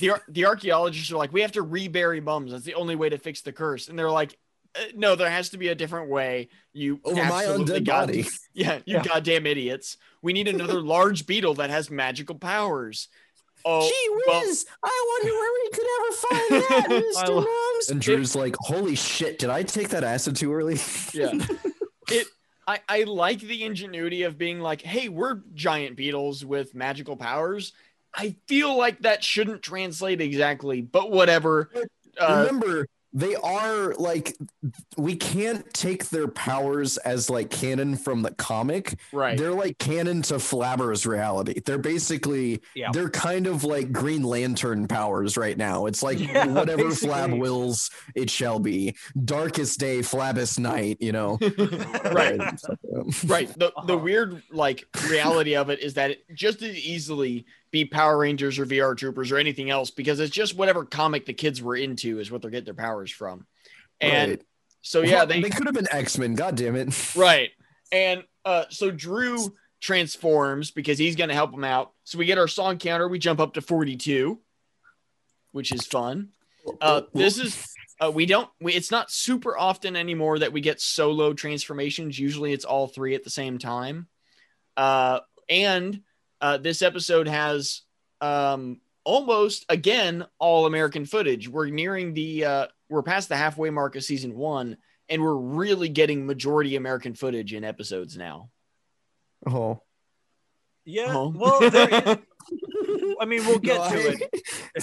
C: the ar- the archaeologists are like, we have to rebury mums. That's the only way to fix the curse. And they're like, "Uh, no, there has to be a different way. You
A: Over my
C: absolutely
A: undead
C: god-
A: body.
C: Yeah, you
B: Yeah.
C: goddamn idiots. We need another large beetle that has magical powers.
A: Gee
C: Oh, well-
A: whiz! I wonder where we could ever find
B: I
A: that, Mr.
B: love-
A: Mums. And Drew's like, holy shit, did I take that acid too early?
C: yeah. It I, I like the ingenuity of being like, hey, we're giant beetles with magical powers. I feel like that shouldn't translate exactly, but whatever. Uh,
A: remember they are like we can't take their powers as like canon from the comic
C: right.
A: they're like canon to flabber's reality they're basically
B: Yeah.
A: they're kind of like green lantern powers right now it's like
B: Yeah,
A: whatever
B: basically.
A: flab wills it shall be darkest day flabbest night you know
C: Right.
A: Um,
C: Right. The the
B: Uh-huh.
C: weird like reality of it is that it just as easily be Power Rangers or VR Troopers or anything else because it's just whatever comic the kids were into is what they're getting their powers from. And
A: right.
C: so
B: Oh,
C: yeah,
A: Well,
C: they,
A: could have been x-men god damn it
C: right. And uh so Drew transforms because he's gonna help him out. So we get our song counter, we jump up to 42, which is fun. Uh this is uh, we don't we, it's not super often anymore that we get solo transformations usually it's all three at the same time uh, and uh, this episode has um, almost again all american footage we're nearing the uh, we're past the halfway mark of season one and we're really getting majority american footage in episodes now
A: oh
B: Yeah. Uh-huh.
C: Oh.
B: Well, there is, I mean, we'll get
A: No,
B: to
A: I-
B: it.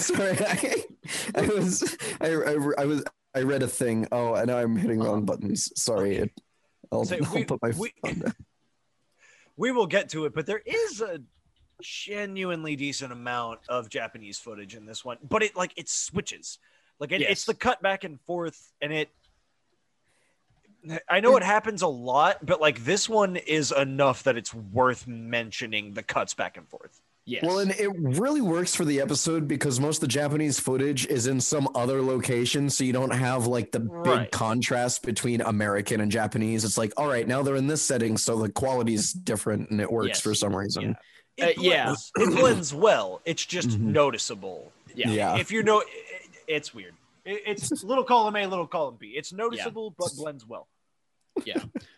A: Sorry, I, I was, I, I, I was, I read a thing. Oh, and now I'm hitting wrong buttons. Sorry, it, I'll,
B: Uh-huh. So
A: I'll
B: we-
A: put my
B: we-
A: phone down.
B: we will get to it, but there is a genuinely decent amount of Japanese footage in this one. But it like it switches, like it, it's
C: Yes.
B: the cut back and forth, and it. I know it happens a lot, but like this one is enough that it's worth mentioning the cuts back and forth.
C: Yes.
A: Well, and it really works for the episode because most of the Japanese footage is in some other location, so you don't have like the
B: Right.
A: big contrast between American and Japanese. It's like, all right, now they're in this setting, so the quality's different, and it works
C: Yes.
A: for some reason.
B: It
C: Uh, yeah.
B: blends, it blends well. It's just
A: Mhm.
B: noticeable.
C: yeah.
A: Yeah.
B: If you know, it, it's weird. It, it's little column A, little column B. It's noticeable, but blends well.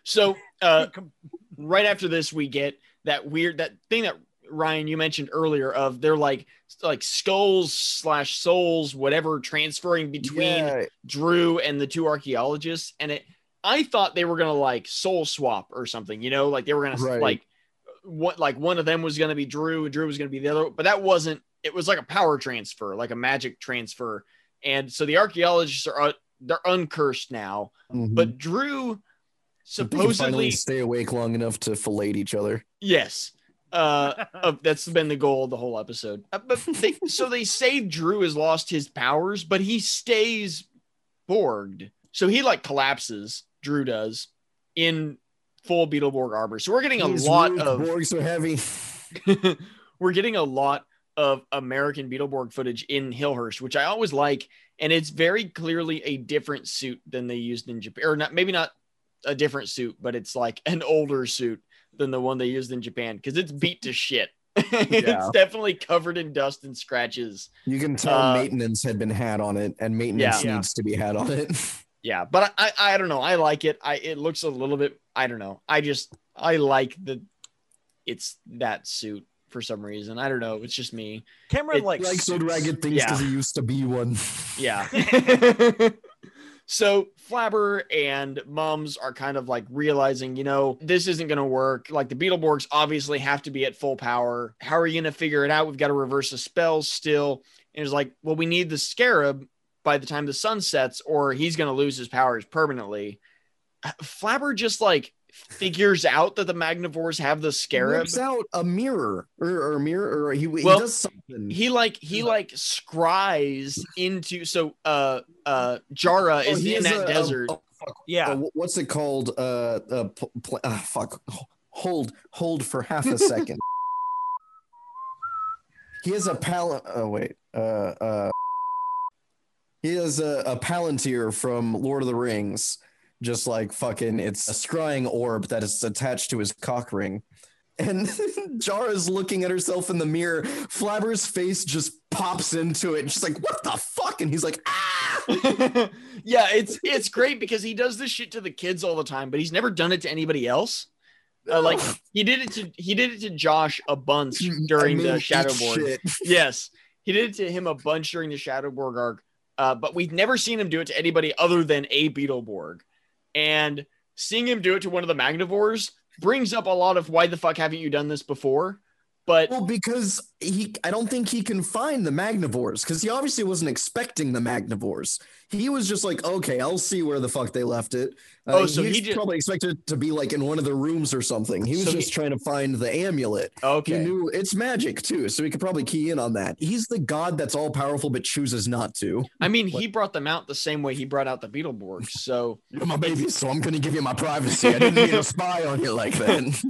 C: So uh,
B: Com-
C: right after this, we get that weird that thing that Ryan you mentioned earlier of they're like like skulls slash souls whatever transferring between
A: Yeah,
C: Drew and the two archaeologists, and it. I thought they were gonna like soul swap or something, you know, like they were gonna
A: Right.
C: like what like one of them was gonna be Drew, and Drew was gonna be the other, but that wasn't. It was like a power transfer, like a magic transfer, and so the archaeologists are uh, they're uncursed now,
A: mhm.
C: but Drew
A: They can finally
C: supposedly
A: stay awake long enough to fillet each other.
C: yes. Uh, uh, that's been the goal of the whole episode. Uh, but they, so they say Drew has lost his powers, but he stays Borged. So he like collapses. Drew does in full Beetleborg armor. So we're getting a
A: These
C: lot
A: Root
C: of
A: Borgs are heavy.
C: we're getting a lot of American Beetleborg footage in Hillhurst, which I always like, and it's very clearly a different suit than they used in Japan, or not maybe not a different suit, but it's like an older suit than the one they used in Japan because it's beat to shit. it's definitely covered in dust and scratches.
A: You can tell
C: Uh,
A: maintenance had been had on it, and maintenance
B: Yeah.
A: needs to be had on it.
C: Yeah, but I, I I don't know. I like it. I it looks a little bit. I don't know. I just I like the it's that suit for some reason. I don't know. It's just me.
B: Cameron
C: It-
B: likes
A: like so
B: suits.
A: ragged things because he used to be one.
C: Yeah. so Flabber and Mums are kind of like realizing, you know, this isn't going to work. Like the Beetleborgs obviously have to be at full power. How are you going to figure it out? We've got to reverse the spells still. And it's like, well, we need the Scarab by the time the sun sets, or he's going to lose his powers permanently. Uh, Flabber just like figures out that the Magnivores have the Scarab.
A: whips out a mirror or, or mirror, or he, he
C: Well,
A: does something.
C: He like he like scries into so uh uh Jara
A: Oh,
C: is
A: he
C: in
A: has
C: that
A: a- a-
C: desert.
A: a-
B: Yeah.
A: a- Uh, what's it called? Uh, uh, pl- pl- ah, fuck. Hold, hold for half a second. he has a pal. Oh wait. Uh, uh. He has a, a palantir from Lord of the Rings. Just like fucking, it's a scrying orb that is attached to his cock ring. And Jara's looking at herself in the mirror. Flabber's face just pops into it. And she's like, what the fuck? And he's like, ah!
C: yeah, it's it's great because he does this shit to the kids all the time, but he's never done it to anybody else. Uh, like he did it to he did it to Josh a bunch during
A: I mean,
C: the Shadow
A: eat
C: Board.
A: shit.
C: Yes, he did it to him a bunch during the Shadowborg arc, uh, but we've never seen him do it to anybody other than a Beetleborg. And seeing him do it to one of the Magnivores brings up a lot of why the fuck haven't you done this before? But
A: Well, because he, I don't think he can find the Magnivores because he obviously wasn't expecting the Magnivores. He was just like, okay, I'll see where the fuck they left it. Uh,
C: Oh, so he
A: ex-
C: ju-
A: probably expected it to be like in one of the rooms or something. He was
C: So
A: just
C: he-
A: trying to find the amulet.
C: okay,
A: He knew it's magic too, so he could probably key in on that. He's the god that's all powerful but chooses not to.
C: I mean he brought them out the same way he brought out the Beetleborgs. So
A: You're my baby, so I'm going to give you my privacy. I didn't mean to spy on you like that.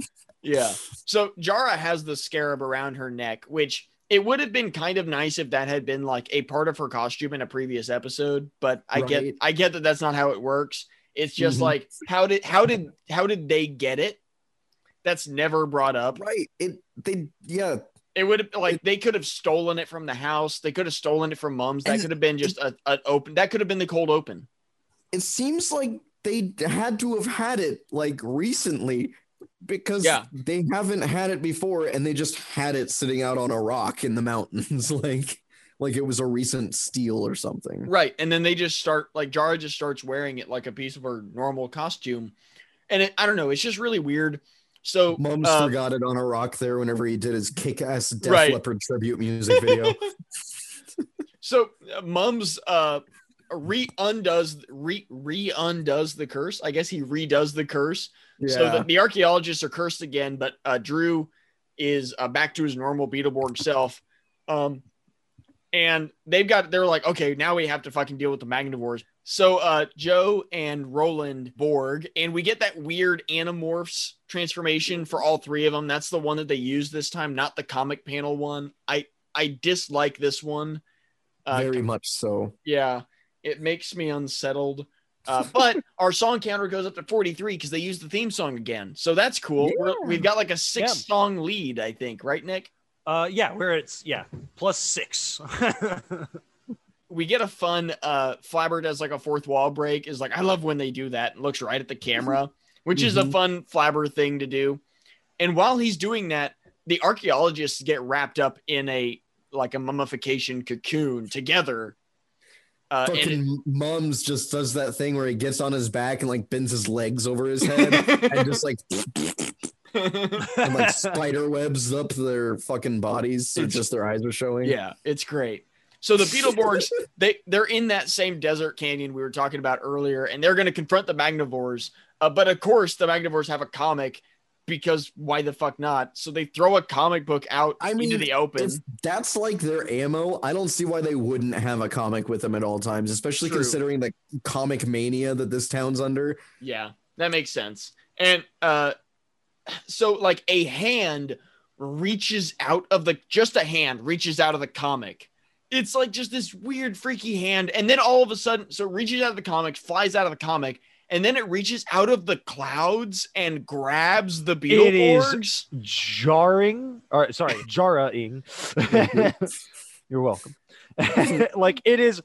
C: Yeah. So Jara has the scarab around her neck, which it would have been kind of nice if that had been like a part of her costume in a previous episode, but I get
A: Right.
C: I get that that's not how it works. It's just
A: Mhm.
C: like how did how did how did they get it? That's never brought up.
A: right? It they yeah.
C: It would have like they could have stolen it from the house. They could have stolen it from mums. That
A: And-
C: could have been just a, an open. That could have been the cold open.
A: it seems like they had to have had it like recently because
C: Yeah.
A: they haven't had it before and they just had it sitting out on a rock in the mountains like like it was a recent steal or something
C: Right. And then they just start like Jara just starts wearing it like a piece of her normal costume. And it, I don't know, it's just really weird. So
A: Mums
C: uh,
A: forgot it on a rock there whenever he did his kick-ass Def
C: Right.
A: Leppard tribute music video.
C: So uh, Mums uh re undoes re re undoes the curse. I guess he redoes the curse.
A: Yeah.
C: So the, the archaeologists are cursed again, but uh, Drew is uh, back to his normal Beetleborg self. Um, and they've got they're like, okay, now we have to fucking deal with the Magnivores. So uh, Joe and Roland Borg, and we get that weird Animorphs transformation for all three of them. That's the one that they used this time, not the comic panel one. I I dislike this one. Uh,
A: Very much so.
C: yeah, it makes me unsettled. Uh, but our song counter goes up to 43 because they use the theme song again. So that's cool. We're, we've got like a six
B: Yeah.
C: song lead, I think, right, Nick?
B: Uh, yeah, where it's yeah plus six.
C: We get a fun uh Flabber does like a fourth wall break, is like, I love when they do that and looks right at the camera, which is a
A: Mhm.
C: fun Flabber thing to do. And while he's doing that, the archaeologists get wrapped up in a like a mummification cocoon together. Uh, and it-
A: Fucking Mums just does that thing where he gets on his back and like bends his legs over his head and just like and like spider webs up their fucking bodies so
C: It's-
A: just their eyes are showing.
C: Yeah, it's great. So the Beetleborgs, they they're in that same desert canyon we were talking about earlier, and they're going to confront the Magnivores. Uh, but of course, the Magnivores have a comic because why the fuck not? So they throw a comic book out
A: I
C: into
A: mean,
C: the open.
A: If that's like their ammo, I don't see why they wouldn't have a comic with them at all times, especially
C: True.
A: considering the comic mania that this town's under.
C: Yeah, that makes sense. And uh, so like a hand reaches out of the just a hand reaches out of the comic. It's like just this weird freaky hand, and then all of a sudden, so it reaches out of the comic, flies out of the comic, and then it reaches out of the clouds and grabs the
B: is-
C: Beetleborgs.
B: jarring or sorry jarring you're welcome like it is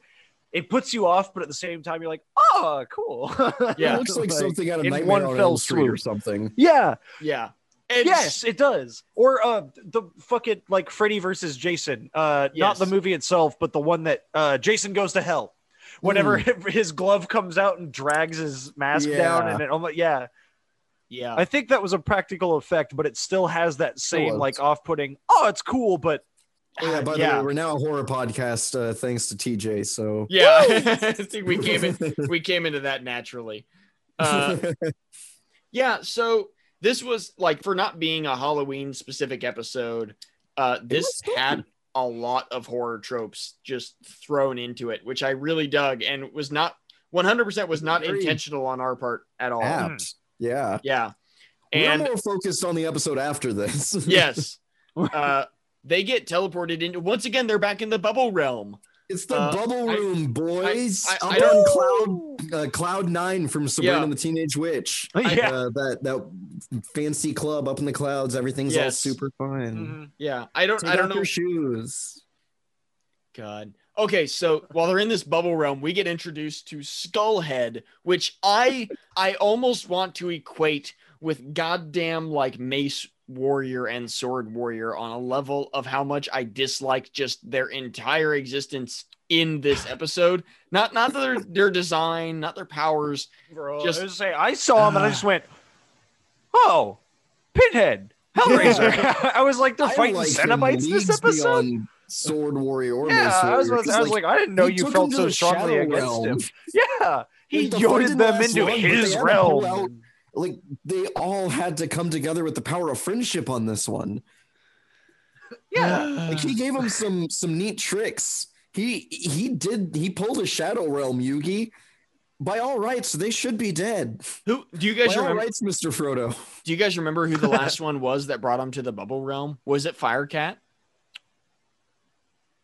B: it puts you off but at the same time you're like oh cool
C: Yeah.
A: it looks like, something out of
B: in
A: Nightmare
B: one
A: on
B: fell
A: Elm Street or
B: swoop.
A: something.
B: yeah
C: Yeah. It's-
B: yes it does or uh the fucking like freddy versus jason uh not
C: Yes.
B: the movie itself but the one that uh jason goes to hell whenever his glove comes out and drags his mask down
A: Yeah.
B: and it almost yeah
C: Yeah.
B: I think that was a practical effect, but it still has that same
A: was.
B: like off-putting. Oh, it's cool, but
A: Oh, yeah, by the
C: Ah, Yeah.
A: way, we're now a horror podcast uh, thanks to TJ. So
C: yeah. I think we came in, we came into that naturally. Uh, Yeah, so this was like for not being a Halloween specific episode, uh this
A: was
C: had a lot of horror tropes just thrown into it, which I really dug and was not 100% was not
A: Agreed.
C: intentional on our part at all. Yeah.
A: apt. Yeah.
C: And
A: we're more focused on the episode after this.
C: yes. Uh they get teleported into once again they're back in the bubble realm.
A: it's the
C: Uh,
A: bubble
C: I-
A: room, boys.
C: I-
A: I,
C: I
A: am
C: don't-
A: on cloud uh, cloud nine from Sabrina
C: Yeah.
A: and the Teenage Witch.
B: yeah,
A: Uh, that that fancy club up in the clouds. Everything's all
C: Yes.
A: super fun.
B: Mhm.
C: Yeah, I don't
A: Take
C: I don't
A: off
C: know
A: your shoes.
C: God. Okay, so while they're in this bubble realm, we get introduced to Skullhead, which I I almost want to equate with goddamn like Mace Warrior and Sword Warrior on a level of how much I dislike just their entire existence in this episode. Not not their their design, not their powers.
B: bro.
C: Just-
B: I was saying, I saw him and I just went, "Oh, Pinhead, Hellraiser." I was like, "They're
A: I
B: fighting
A: like him
B: Cenobites this
A: leagues
B: episode."
A: beyond Sword Warrior or
B: Yeah,
A: Mace
B: I
A: Warrior,
B: was, about to- I was
A: 'cause,
B: like, "I didn't know
A: he
B: you
A: took
B: felt
A: them
B: so
A: to the
B: strongly
A: shadow
B: against
A: realm.
B: him." Yeah, he
A: Like, the
B: yoded
A: fucking
B: them
A: last
B: into
A: one, but they
B: his
A: had to
B: realm.
A: pull out- like they all had to come together with the power of friendship on this one.
B: yeah,
A: Like he gave him some some neat tricks. He he did he pulled a shadow realm Yugi. By all rights, they should be dead.
C: Who do you
A: By
C: guys
A: all
C: remember
A: rights, Mister Frodo.
C: do you guys remember who the last one was that brought him to the bubble realm? Was it Firecat?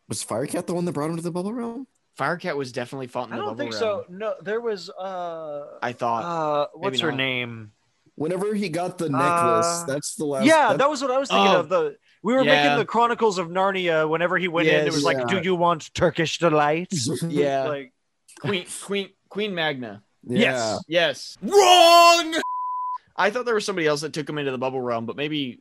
A: Was Firecat the one that brought him to the bubble realm?
C: Firecat was definitely fought in
B: I
C: the
B: don't
C: bubble
B: think
C: realm.
B: so. No, there was uh,
C: I thought
B: uh, what's her
C: not.
B: name?
A: Whenever he got the necklace,
B: Uh,
A: that's the last.
B: yeah,
A: that's
B: that was what I was thinking
C: Oh,
B: of. The we were
C: yeah.
B: making the Chronicles of Narnia. Whenever he went in, it
C: Yes,
B: was
A: yeah.
B: like, "Do you want Turkish delight?"
C: Yeah.
B: Like,
C: Queen Queen Queen Magna.
A: yeah.
C: Yes.
D: Wrong!
C: I thought there was somebody else that took him into the bubble realm, but maybe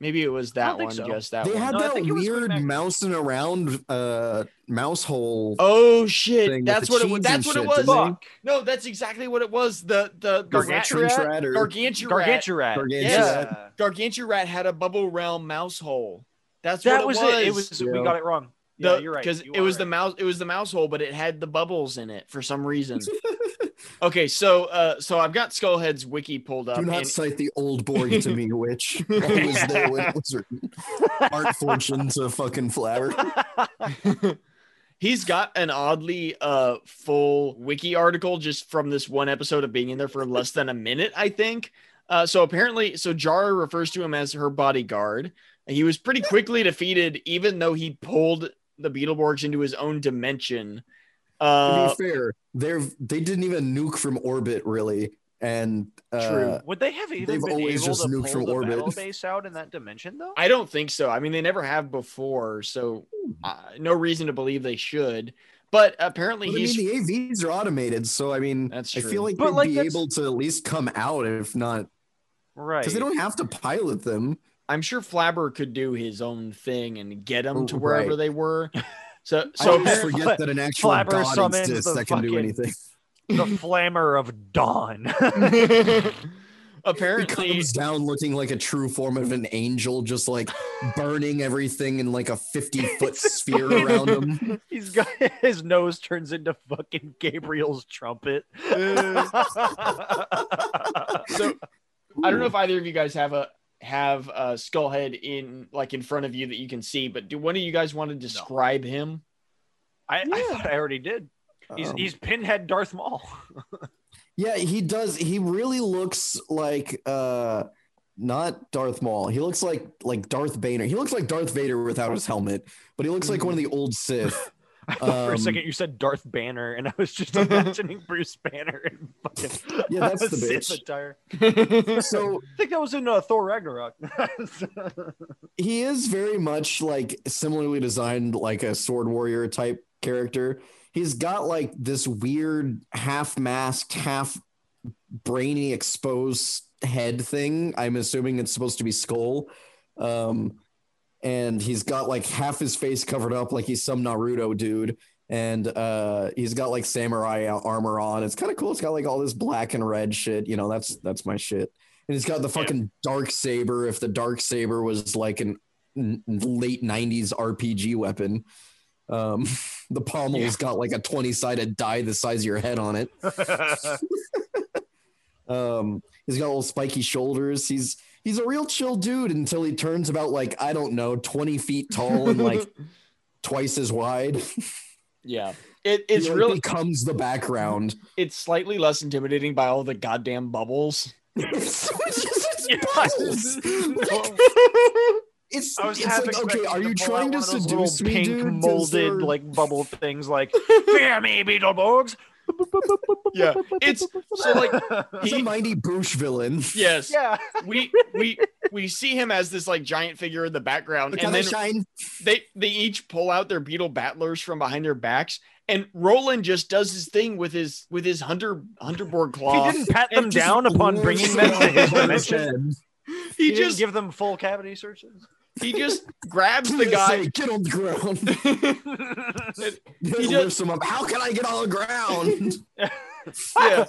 C: maybe it was
B: I
C: that
B: don't think
C: one,
B: so.
C: just that
A: They
C: one.
A: had
B: No, I
A: that
B: think it was
A: weird
B: Queen Mag-
A: mousing around uh mouse hole.
C: oh
A: thing
C: shit.
A: with
C: That's
A: the
C: what it
A: cheese
C: was.
A: and
C: That's what it
A: shit,
C: was.
A: didn't they?
B: fuck,
C: No, that's exactly what it was. The the
A: Or was it
B: Gargantua-
C: Gargantua
A: Trench Rat or-
C: Gargantua Rat,
B: Garganturat.
A: Garganturat.
B: Yeah.
C: Gargantua Rat had a bubble realm mouse hole. That's
B: That
C: what
B: was
C: it
B: it. It
C: was.
B: was. We
A: Yeah.
B: got it wrong. Yeah,
C: The-
B: you're right.
C: Because
B: You
C: it
B: are
C: was the
B: right.
C: mouse. It was the mouse hole, but it had the bubbles in it for some reason. okay, so uh, so I've got Skullhead's wiki pulled up.
A: Do not
C: and-
A: cite the old Borg to me, which I was there when it was written. Art fortune to fucking flower.
C: He's got an oddly uh full wiki article just from this one episode of being in there for less than a minute, I think. Uh, so apparently, so Jara refers to him as her bodyguard. He was pretty quickly defeated, even though he pulled the Beetleborgs into his own dimension. Uh,
A: to be fair, they're they didn't even nuke from orbit really, and uh,
C: True.
B: Would they have even
A: They've
B: been
A: always
B: able
A: just
B: to
A: nuked
B: pull
A: from
B: the
A: orbit.
B: battle base out in that dimension though?
C: I don't think so. I mean, they never have before, so uh, no reason to believe they should. But apparently,
A: But, I
C: he's
A: mean, the AVs are automated, so I mean,
C: That's
A: I
C: true.
A: feel like
B: But,
A: they'd
B: like,
A: be
B: that's-
A: able to at least come out if not
B: Right.
A: because they don't have to pilot them.
C: I'm sure Flabber could do his own thing and get them to wherever
A: Oh, Right.
C: they were. So,
A: So I
C: so
A: always
B: apparently-
A: forget that an actual
B: Flapper
A: god
B: summons
A: exists
B: the
A: that can do
B: fucking-
A: anything.
B: the flammer of dawn.
A: It
C: apparently,
A: comes down looking like a true form of an angel, just like burning everything in like a fifty foot sphere around him.
B: He's got his nose turns into fucking Gabriel's trumpet.
C: so I don't know if either of you guys have a have a skullhead in like in front of you that you can see, but do one of you guys want to describe him?
B: I, I thought I already did. He's,
A: Um,
B: he's pinhead Darth Maul.
A: Yeah, he does. He really looks like uh not Darth Maul. He looks like like Darth Vader. He looks like Darth Vader without his helmet, but he looks like one of the old Sith.
B: Mm. I thought for a
A: Um,
B: second you said Darth Banner, and I was just imagining Bruce Banner and fucking
A: Yeah, that's the
B: Sith
A: bitch.
B: attire.
A: So
B: I think that was in uh, Thor Ragnarok.
A: he is very much like similarly designed like a sword warrior type character. He's got like this weird half masked, half brainy exposed head thing. I'm assuming it's supposed to be skull. Um, and he's got like half his face covered up like he's some Naruto dude. And uh, he's got like samurai armor on. It's kind of cool. It's got like all this black and red shit. You know, that's that's my shit. And he's got the fucking dark saber. If the dark saber was like an n- late '90s RPG weapon, um, the pommel's got like a 20 sided die the size of your head on it. Um, he's got little spiky shoulders. He's he's a real chill dude until he turns about like I don't know, twenty feet tall and like twice as wide.
C: yeah, it, it's
A: He, like,
C: really
A: becomes the background.
C: it's slightly less intimidating by all the goddamn bubbles.
A: it's just
B: Yeah.
A: puzzles. It's,
B: I was
A: it's
B: half
A: like
B: expecting
A: okay, are you
B: pull
A: trying
B: out
A: to
B: one of those little
A: seduce me,
B: pink
A: dude? 'Cause
B: molded
A: they're-
B: like bubble things like fear me, Beetleborgs?
C: Yeah, it's so like
A: he's a
C: he-
A: mighty Boosh villain.
C: yes,
B: yeah.
C: we we we see him as this like giant figure in the background,
A: Look how
C: and
A: they
C: then
A: shine.
C: they they each pull out their beetle battlers from behind their backs, and Roland just does his thing with his with his hunter hunterboard claw.
B: He didn't pat them
C: and just
B: down upon bringing them to his dimension. He,
C: He
B: didn't
C: just
B: give them full cavity searches.
C: he just grabs the
A: Just
C: guy.
A: say, get on the ground.
C: He
A: He
C: just-
A: lifts him up. How can I get on the ground?
C: Yeah,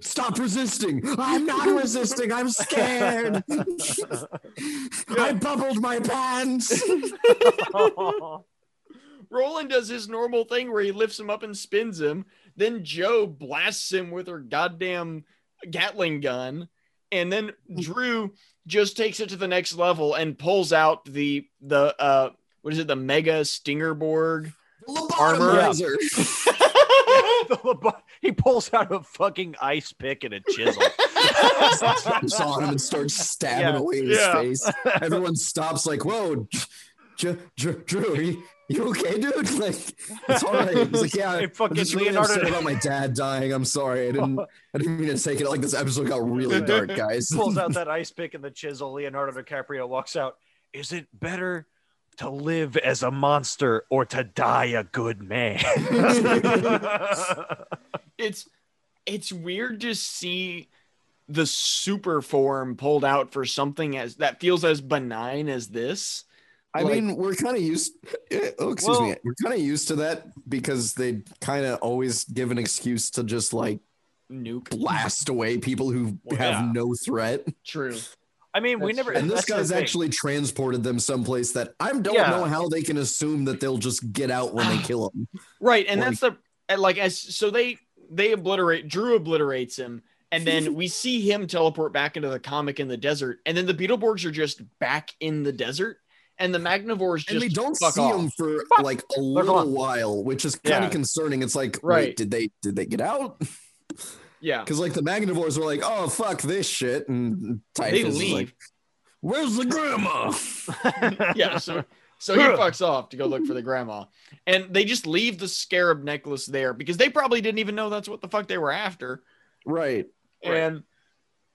A: Stop resisting. I'm not resisting. I'm scared. I bubbled my pants.
C: Roland does his normal thing where he lifts him up and spins him. Then Joe blasts him with her goddamn Gatling gun, and then Drew just takes it to the next level and pulls out the the uh what is it the Mega Stingerborg?
A: Lobotomizer.
B: The labo- he pulls out a fucking ice pick and a chisel.
A: Jumps on him and starts stabbing
B: Yeah.
A: away at
C: Yeah.
A: his face. Everyone stops like, whoa, J- J- Drew, you, you okay, dude? Like, it's all right. He's like, yeah,
B: It
A: I'm
B: fucking
A: just really
B: Leonardo-
A: upset about my dad dying. I'm sorry. I didn't, I didn't mean to take it. Like, this episode got really dark, guys.
B: pulls out that ice pick and the chisel. Leonardo DiCaprio walks out. Is it better to live as a monster or to die a good man?
C: It's it's weird to see the super form pulled out for something as that feels as benign as this.
A: I
C: Like-
A: mean, we're kind of used. eh, Oh, excuse me.
B: Well-
A: We're kind of used to that because they kind of always give an excuse to just like
C: Nuke.
A: blast away people who
C: Well,
A: have
C: yeah.
A: no threat.
C: True.
B: I mean, we
C: That's
B: never.
C: true.
A: And this
B: that's the
A: guy's
B: thing.
A: actually transported them someplace that I don't
B: Yeah.
A: know how they can assume that they'll just get out when they kill him.
C: Right, and
A: Like-
C: that's the and, like as so they they obliterate Drew obliterates him, and then we see him teleport back into the comic in the desert, and then the Beetleborgs are just back in the desert, and the Magnivores just
A: and they don't
C: fuck
A: see
C: off.
A: him for
B: Fuck.
A: like a
B: gone.
A: little while, which is kind
B: Yeah.
A: of concerning. It's like,
C: Right.
A: wait, did they did they get out?
C: Yeah,
A: Because like the Magnivores were like, oh fuck this shit, and
C: they
A: Typhus was
C: leave.
A: like, where's the grandma?
C: yeah, so so he fucks off to go look for the grandma, and they just leave the scarab necklace there because they probably didn't even know that's what the fuck they were after.
A: right.
B: and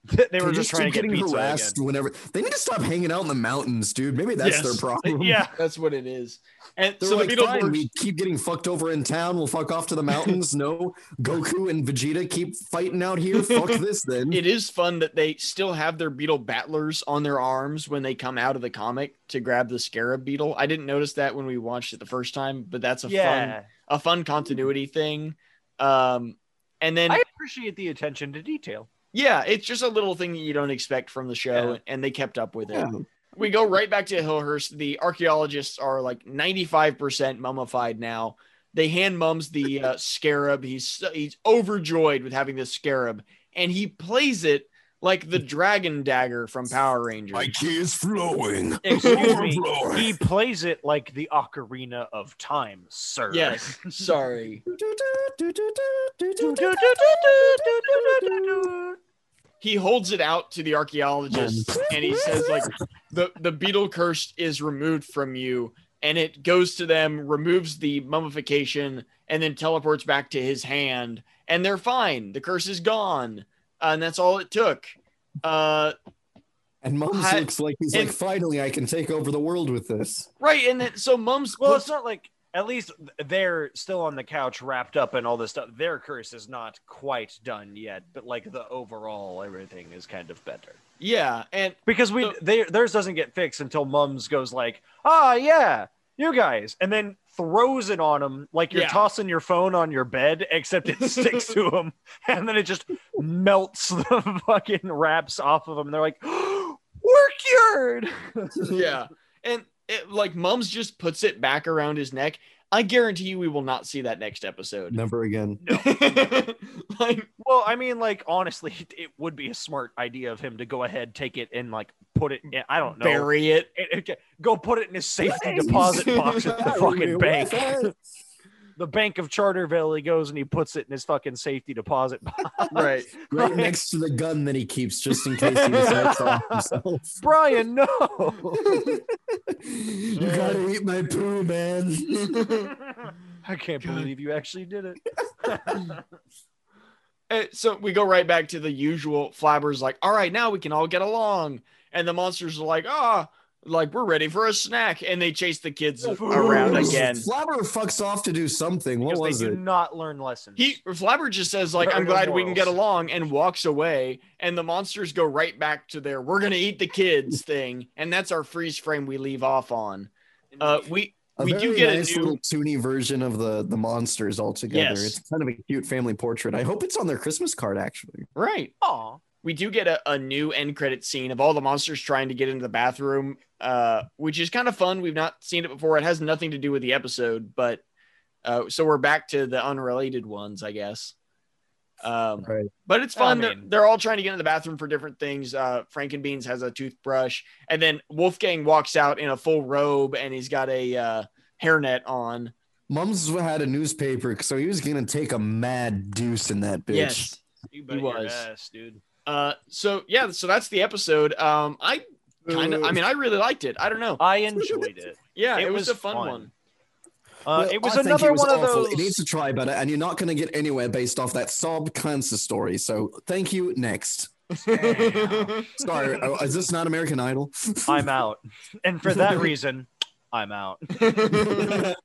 B: th- they were
A: They
B: just trying to
A: keep
B: get
A: getting
B: pizza
A: harassed whenever they need to stop hanging out in the mountains, dude. Maybe that's
C: Yes.
A: their problem.
B: again. Yeah,
C: That's what it is. And
A: They're
C: so
A: like,
C: the
A: fine,
C: Beetleborgs,
A: we keep getting fucked over in town. We'll fuck off to the mountains. no, Goku and Vegeta keep fighting out here. Fuck this then.
C: it is fun that they still have their beetle battlers on their arms when they come out of the comic to grab the scarab beetle. I didn't notice that when we watched it the first time, but that's a fun
B: yeah.
C: a fun continuity thing. Um and then
B: I appreciate the attention to detail.
C: yeah, it's just a little thing that you don't expect from the show
B: Yeah.
C: and they kept up with it.
A: Yeah.
C: We go right back to Hillhurst. The archaeologists are like 95% mummified now. They hand mums the uh, scarab. He's he's overjoyed with having this scarab and he plays it like the dragon dagger from Power Rangers.
A: key is flowing.
B: Excuse me. He plays it like the ocarina of time, sir.
C: Yes, sorry. He holds it out to the archaeologists and he says, like, the, the beetle curse is removed from you. And it goes to them, removes the mummification, and then teleports back to his hand. And they're fine. The curse is gone. and that's all it took. Uh,
A: And Mums
C: I-
A: looks like he's
C: and-
A: like, finally, I can take over the world with this.
C: right. And then, so Mums.
B: Well, it's not like at least they're still on the couch wrapped up in all this stuff. Their curse is not quite done yet, but like the overall everything is kind of better.
C: yeah. And
B: Because we
C: So-
B: they theirs doesn't get fixed until Mums goes like, "Ah, yeah, you guys." And then throws it on him like you're
C: Yeah.
B: tossing your phone on your bed except it sticks to him and then it just melts the fucking wraps off of him. They're like, "We're cured."
C: yeah. And it, like Mums just puts it back around his neck. I guarantee you we will not see that next episode.
A: Never again.
C: like,
B: Well, I mean, like honestly, it- it would be a smart idea of him to go ahead, take it, and like put it. In, I don't know.
C: bury it.
B: It- it- go put it in his safety deposit box at the fucking bank. The bank of Charterville. He goes and he puts it in his fucking safety deposit box.
C: Right.
A: Right next to the gun that he keeps just in case he decides to off himself.
B: Brian, no.
A: you gotta eat my poo, man.
B: I can't believe you actually did it.
C: Uh, so we go right back to the usual flabbers like, all right, now we can all get along. And the monsters are like, ah, like we're ready for a snack. And they chase the kids around again.
A: Flabber fucks off to do something. What
B: Because they
A: was it?
B: do not learn lessons.
C: He Flabber just says, like,
B: There are
C: I'm
B: no
C: glad we can
B: morals.
C: get along and walks away. And the monsters go right back to their we're gonna eat the kids thing. And that's our freeze frame we leave off on. Uh we
A: A
C: we
A: very
C: do get a
A: nice
C: new-
A: little toony version of the the monsters altogether.
C: Yes.
A: It's kind of a cute family portrait. I hope it's on their Christmas card actually.
C: right.
B: Aw.
C: we do get a, a new end credit scene of all the monsters trying to get into the bathroom, uh, which is kind of fun. We've not seen it before. It has nothing to do with the episode, but uh, so we're back to the unrelated ones, I guess. Um,
A: Right.
C: But it's
B: I
C: fun.
B: mean-
C: they're, they're all trying to get in the bathroom for different things. Uh, Frankenbeans has a toothbrush, and then Wolfgang walks out in a full robe and he's got a uh, hairnet on.
A: Mums had a newspaper, so he was gonna take a mad deuce in that bitch.
C: Yes.
B: You
C: bet your was.
B: dude.
C: Uh, so yeah, so that's the episode. Um, I kind of, I mean, I really liked it. I don't know.
B: I enjoyed it.
C: Yeah,
B: It
C: it,
B: was
C: was, a fun,
B: fun.
C: one.
B: Uh,
A: Well,
B: it was
A: I think
B: another
A: was
B: one
A: awful.
B: of those.
A: It needs to try better, and you're not gonna get anywhere based off that sob cancer story. So thank you. Next. Sorry, oh, is this not American Idol?
B: I'm out. And for that reason, I'm out.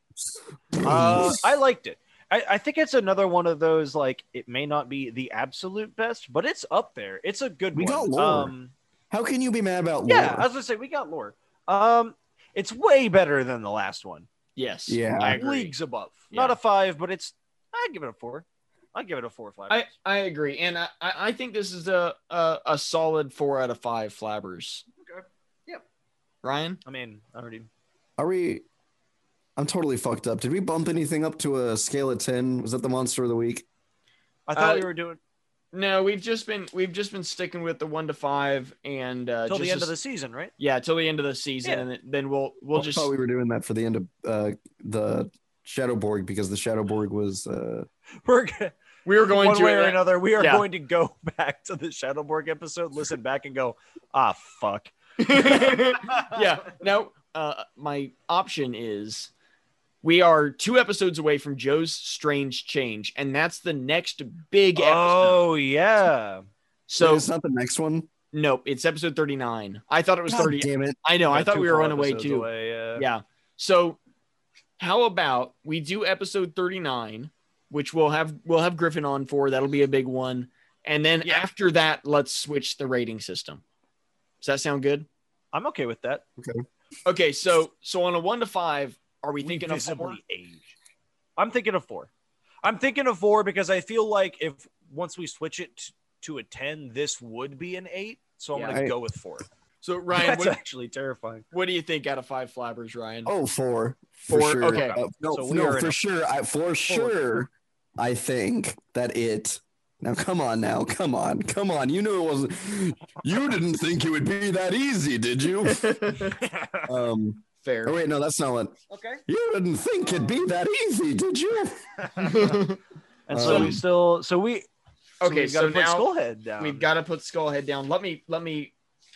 B: Uh, I liked it. I, I think it's another one of those like it may not be the absolute best, but it's up there. It's a good
A: We
B: one.
A: got lore.
B: Um,
A: How can you be mad about
B: yeah,
A: lore?
B: I was gonna say we got lore. Um, it's way better than the last one.
C: Yes.
A: Yeah.
C: I agree.
B: Leagues above. Not
C: Yeah.
B: a five, but it's I'd give it a four. I give it a four or five.
C: I, I agree, and I, I I think this is a, a a solid four out of five flabbers.
B: Okay. Yep.
C: Ryan,
B: I mean, I already.
A: Are we? I'm totally fucked up. Did we bump anything up to a scale of ten? Was that the monster of the week?
B: I thought
C: Uh,
B: we were doing
C: no, we've just been we've just been sticking with the one to five, and uh,
B: till
C: just
B: the end
C: as-
B: of the season, right?
C: yeah till the end of the season,
B: Yeah.
C: and then- then we'll we'll
A: I
C: just
A: thought we were doing that for the end of uh, the Shadowborg because the Shadowborg was. Uh,
B: We're g-
C: we were going
B: one
C: to
B: way or another. We are
C: Yeah.
B: going to go back to the Shadowborg episode, listen back, and go, ah, fuck.
C: yeah. No, uh, my option is we are two episodes away from Joe's Strange Change, and that's the next big episode.
B: Oh yeah.
A: so
C: so,
A: it's not the next one.
C: nope, it's episode 39. I thought it was
A: God
C: 30.
A: damn it!
C: I know. I
B: Yeah,
C: thought
B: two
C: we were
B: full
C: on the way
B: episodes
C: too.
B: away, yeah.
C: Yeah. So, how about we do episode 39, which we'll have we'll have Griffin on for. That'll be a big one. And then
B: Yeah.
C: after that, let's switch the rating system. Does that sound good?
B: I'm okay with that.
C: Okay, so so on a one to five, are we thinking of four?
B: visibly age. I'm thinking of four. I'm thinking of four because I feel like if once we switch it t- to a ten, this would be an eight. So I'm
C: Yeah.
B: gonna
A: I-
B: go with four.
C: So Ryan,
B: That's
C: what,
B: actually terrifying.
C: what do you think out of five flabbers, Ryan?
A: Oh, four.
C: Four,
A: For sure.
C: okay.
A: Uh, no,
B: So we
A: no
B: are in
A: for
B: a-
A: sure. I, for sure. I think that it. Now come on, now come on, come on. You knew it wasn't. You didn't think it would be that easy, did you? Um.
C: Fair.
A: Oh wait, no, that's not what.
B: okay.
A: You didn't think it'd be that easy, did you?
B: And so
A: Um,
B: we still so we
C: okay,
B: we've got
C: so
B: to put
C: now
B: Skullhead down.
C: we've got to put Skullhead down. Let me let me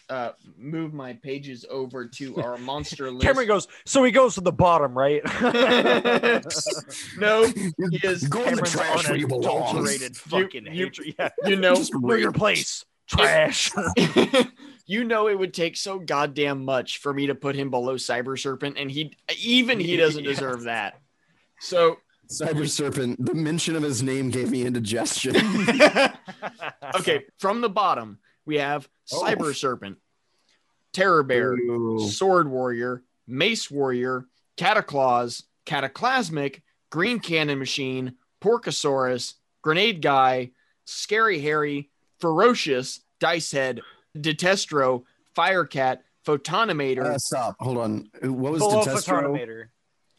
C: uh move my pages over to our monster list.
B: Cameron goes, so he goes to the bottom, right?
C: no,
A: You
C: he is.
A: Go in the
B: Cameron's on
A: trash where
B: an
A: you belong.
B: Adulterated fucking
C: You- you-
B: hatred. Yeah.
C: You know,
A: Just
B: We're your
A: rip.
B: place. Trash.
C: you know it would take so goddamn much for me to put him below Cyber Serpent, and he even he doesn't
B: Yeah.
C: deserve that. So
A: Cyber Serpent, the mention of his name gave me indigestion.
C: okay, from the bottom, we have
A: Oh.
C: Cyber Serpent, Terror Bear,
A: Ooh.
C: Sword Warrior, Mace Warrior, Cataclaws, Cataclasmic, Green Cannon Machine, Porcosaurus, Grenade Guy, Scary Harry, Ferocious, Dice Head, Detestro, Firecat, Photonomator.
A: Uh, stop. Hold on. What was
B: Below
A: Detestro?
B: Photonomator.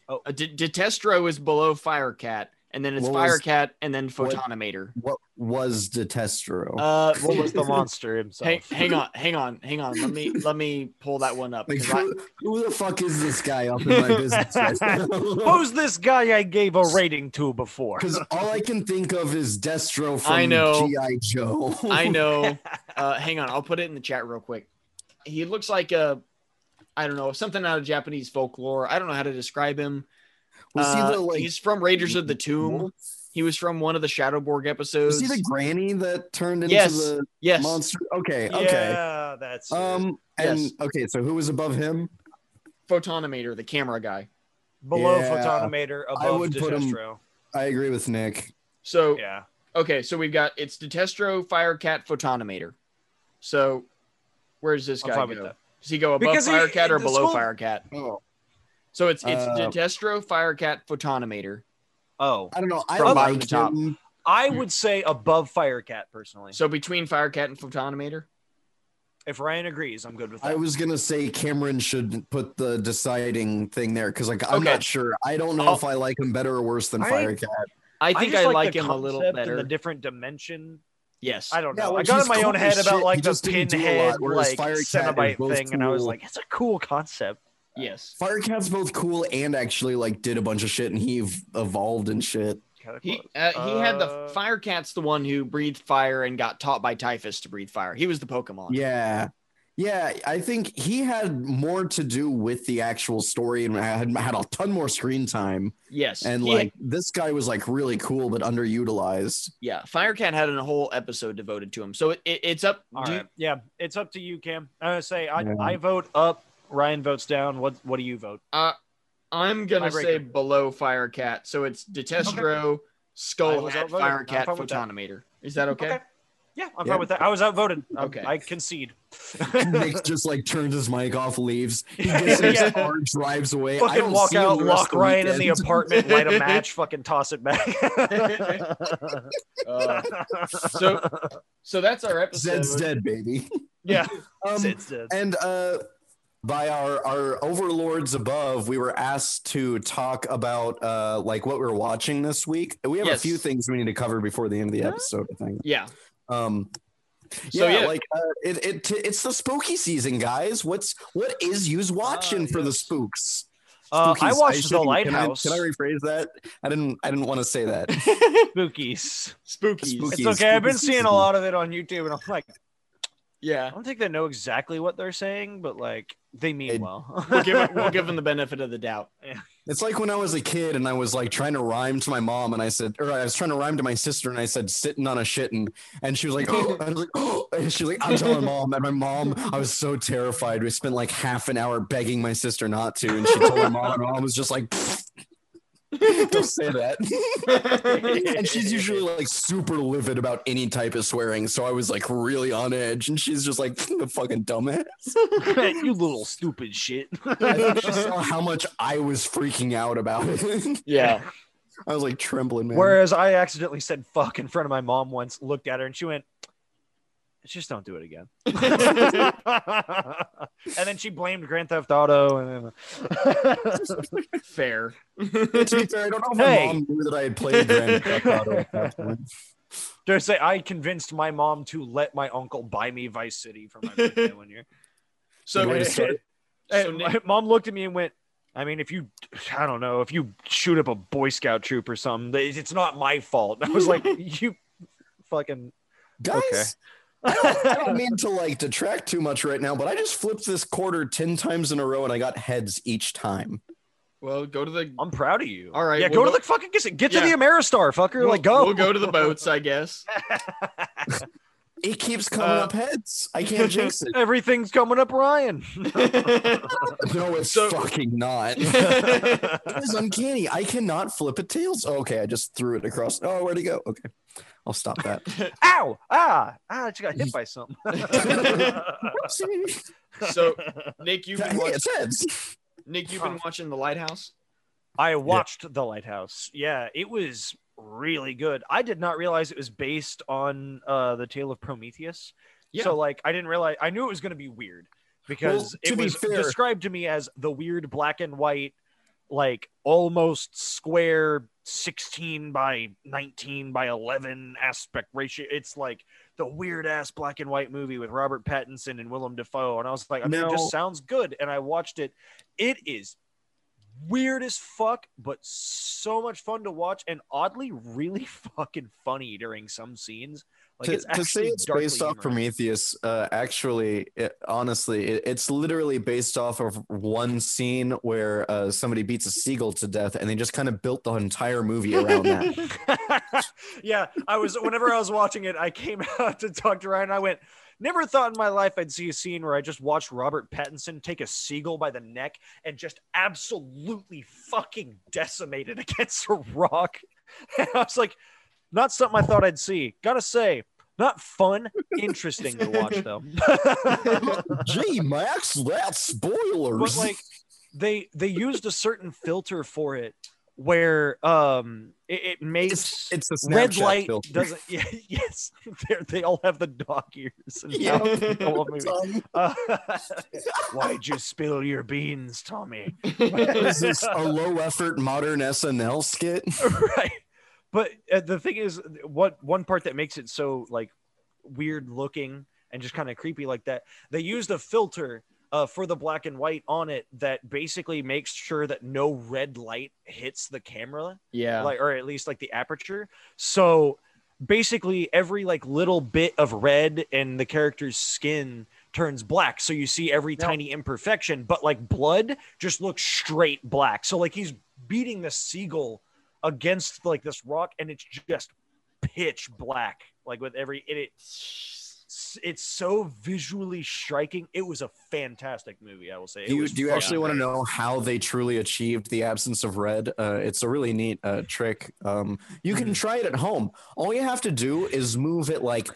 C: Uh, De- Detestro is below Firecat, and then it's
A: What was-
C: Firecat, and then
A: what- Oh.
C: Photonomator.
A: What was Detestro?
C: Uh,
B: What was the monster
C: Hang,
B: himself?
C: hang on, hang on, hang on. Let me let me pull that one up.
A: like Oh
C: 'cause I-
A: who, who the fuck is this guy up in my business? Because
B: Who's this guy I gave a rating to before?
A: all I can think of is Destro from
C: I know.
A: GI Joe.
C: I know. Uh, hang on, I'll put it in the chat real quick. He looks like a, I don't know, something out of Japanese folklore. I don't know how to describe him.
A: Was he
C: Uh,
A: the like?
C: he's from Raiders of the Tomb. He was from one of the Shadowborg
A: Was
C: episodes.
A: he the granny that turned into
C: Yes.
A: the
C: yes,
A: monster? Okay. Okay.
B: Yeah, that's um,
A: Um. And
C: Yes.
A: okay. So who was above him?
C: Photonomator, the camera guy.
B: below
A: yeah.
B: Photonomator, above
A: would put him-
B: Detestro.
A: I agree with Nick.
C: So
B: Yeah,
C: okay, so we've got it's Detestro, Firecat, Photonomator. So where's this
B: I'm
C: guy
B: fine with
C: go?
B: that.
C: Does he go above
B: Because he-
C: Firecat or
B: this
C: below
B: whole-
C: Firecat?
A: Oh.
C: So it's it's
A: Uh,
C: Detestro, Firecat, Photonomator.
B: Oh,
A: I don't know. I
C: From bottom
A: liked
C: to top.
A: him.
B: I
A: Hmm.
B: would say above Firecat personally.
C: So between Firecat and Photonomator.
B: If Ryan agrees, I'm good with
A: I
B: that.
A: was gonna say Cameron should put the deciding thing there because like I'm
C: Okay. Oh.
A: not sure. I don't know
C: I'll-
A: if I like him better or worse than
B: I-
A: Firecat.
C: I think I,
B: just
C: like,
B: the
C: him a little
B: concept
C: better.
B: And the different dimension.
C: yes.
B: I don't
A: Yeah,
B: know. I
A: like,
B: got
A: he's
B: in my
A: cool
B: own
A: as
B: head
A: shit.
B: about
A: He
B: like the
A: just didn't do a lot,
B: pinhead
A: whereas
B: like
A: Firecat is
B: Cenobite
A: both
B: thing, and I was
A: cool.
B: like, it's a cool concept.
C: yes.
A: Firecat's both cool and actually like did a bunch of shit and he ev- evolved and shit.
B: Kinda
C: He
B: close.
C: uh, he had the
B: Uh,
C: Firecat's the one who breathed fire and got taught by Typhus to breathe fire. He was the Pokemon.
A: Yeah. Yeah, I think he had more to do with the actual story and had, had a ton more screen time.
C: Yes.
A: And
C: He-
A: like this guy was like really cool but underutilized.
C: yeah, Firecat had a whole episode devoted to him. So it, it- it's up.
B: All
C: do you-
B: right. Yeah, it's up to you, Cam. I would say I,
A: Yeah.
B: I vote up. Ryan votes down. What What do you vote?
C: I'm gonna
B: Tiebreaker.
C: say below Firecat. So it's Detestro,
B: I was
C: Skullhead,
B: outvoted. I'm
C: Firecat,
B: fine with that.
C: Photonomator. Is that okay?
B: Yeah, I'm
A: Yeah.
B: fine with that. I was outvoted. Um,
C: Okay.
B: I concede.
A: Nick just like turns his mic off, leaves. He gets in
B: Yeah.
A: his car, drives away. I
B: fucking
A: don't
B: walk
A: see him
B: out,
A: the rest
B: lock
A: of
B: Ryan in the
A: weekend.
B: apartment, light a match, fucking toss it back.
A: um,
C: Uh, so, so that's our episode.
A: Zed's dead, baby.
B: yeah,
A: Um,
B: Zed's dead.
A: And uh, by our our overlords above, we were asked to talk about uh, like what we are watching this week. We have a
C: Yes.
A: few things we need to cover before the end of the episode. I think.
C: Yeah.
A: Um,
C: So,
A: yeah,
C: yeah.
A: like uh, it, it it's the spooky season, guys. What's what is yous watching for the
C: Uh, yes.
A: spooks?
B: Uh,
A: Spookies.
B: I watched The
A: shouldn't- can I-
B: Lighthouse.
A: Can I, rephrase that? I didn't I didn't want to say that.
B: Spookies.
C: Spooky.
A: Spookies.
B: It's okay. I've been
A: spookies.
B: seeing a lot of it on YouTube, and I'm like, I
C: Yeah.
B: don't think they know exactly what they're saying, but like they mean
A: It-
B: well.
C: We'll give, it, we'll give them the benefit of the doubt.
A: It's like when I was a kid and I was like trying to rhyme to my mom and I said, or I was trying to rhyme to my sister and I said, sitting on a shitting. And she was like, oh, I was like, oh, and she was like, I'm telling my mom. And my mom, I was so terrified. We spent like half an hour begging my sister not to. And she told my mom, and my mom was just like, "Pfft, don't say that. and she's usually like super livid about any type of swearing. So I was like really on edge. And she's just like, the fucking dumbass.
B: you little stupid shit.
A: I think she saw how much I was freaking out about it.
C: Yeah.
A: I was like trembling, man.
B: Whereas I accidentally said fuck in front of my mom once, looked at her, and she went, just don't do it again. and then she blamed Grand Theft Auto. And
C: Fair.
A: to be fair, I don't know if my
B: Hey.
A: mom knew that I had played Grand Theft Auto. at that point.
B: then, to say, I convinced my mom to let my uncle buy me Vice City for my birthday one year.
C: So, eh,
A: Way to start.
C: so
B: And
C: Nick-
B: my mom looked at me and went, I mean, if you, I don't know, if you shoot up a Boy Scout troop or something, it- it's not my fault. I was like, you fucking.
A: Guys,
B: Okay.
A: I, don't, I don't mean to like detract too much right now, but I just flipped this quarter ten times in a row and I got heads each time.
C: well, go to the.
B: I'm proud of you.
C: All right,
B: Yeah,
C: well,
B: go to
C: we'll-
B: the fucking get, get to the
C: Yeah.
B: Ameristar, fucker.
C: We'll,
B: like go.
C: we'll go to the boats, I guess.
A: It keeps coming
C: Uh,
A: up heads. I can't jinx it.
B: Everything's coming up, Ryan.
A: No, it's
C: So-
A: fucking not.
C: yeah.
A: It is uncanny. I cannot flip a tails. Oh, okay, I just threw it across. Oh, where'd it go? Okay, I'll stop that.
B: Ow! Ah! Ah! I just got hit by something.
A: Whoopsie.
C: So, Nick, you've
A: Hey,
C: been watching,
A: it's heads.
C: Nick, you've been watching The Lighthouse.
B: I watched The Lighthouse. Yeah, it was really good. I did not realize it was based on uh, the Tale of Prometheus.
C: Yeah.
B: So like, I didn't realize. I knew it was going to be weird because
A: to
B: it
A: be
B: was
A: fair-
B: described to me as the weird black and white, like almost square, sixteen by nineteen by eleven aspect ratio. It's like the weird ass black and white movie with Robert Pattinson and Willem Dafoe. And I was like, I mean, it
A: Now-
B: just sounds good. And I watched it. It is weird as fuck, but so much fun to watch and oddly really fucking funny during some scenes. Like
A: to,
B: it's
A: to
B: actually
A: say it's
B: darkly
A: based off
B: humorous.
A: Prometheus, uh, actually, it, honestly, it, it's literally based off of one scene where uh, somebody beats a seagull to death, and they just kind of built the entire movie around that.
B: yeah, I was whenever I was watching it, I came out to talk to Ryan. And I went, never thought in my life I'd see a scene where I just watched Robert Pattinson take a seagull by the neck and just absolutely fucking decimated against a rock. And I was like, not something I thought I'd see. Gotta say, not fun, interesting to watch though.
A: Gee, Max, that's spoilers.
B: but like they they used a certain filter for it where um it, it makes
A: it's, it's a
B: red
A: Snapchat
B: light
A: filter.
B: doesn't yeah, yes They're, they all have the dog ears and
A: Yeah.
B: the whole movie.
A: Um,
B: Uh, why'd you spill your beans tommy
A: is this a low effort modern SNL skit?
B: right but uh, the thing is what one part that makes it so like weird looking and just kind of creepy like that they used a filter uh, for the black and white on it that basically makes sure that no red light hits the camera
C: yeah.
B: like or at least like the aperture so basically every like little bit of red in the character's skin turns black so you see every
C: Yeah.
B: tiny imperfection but like blood just looks straight black so like he's beating the seagull against like this rock and it's just pitch black like with every and it it's so visually striking it was a fantastic movie i will say It
A: Do you,
B: was
A: do you
B: fucking
A: actually want to
B: great.
A: know how they truly achieved the absence of red? Uh, it's a really neat uh,
B: Mm-hmm.
A: trick. Um, you can try it at home. All you have to do is move it like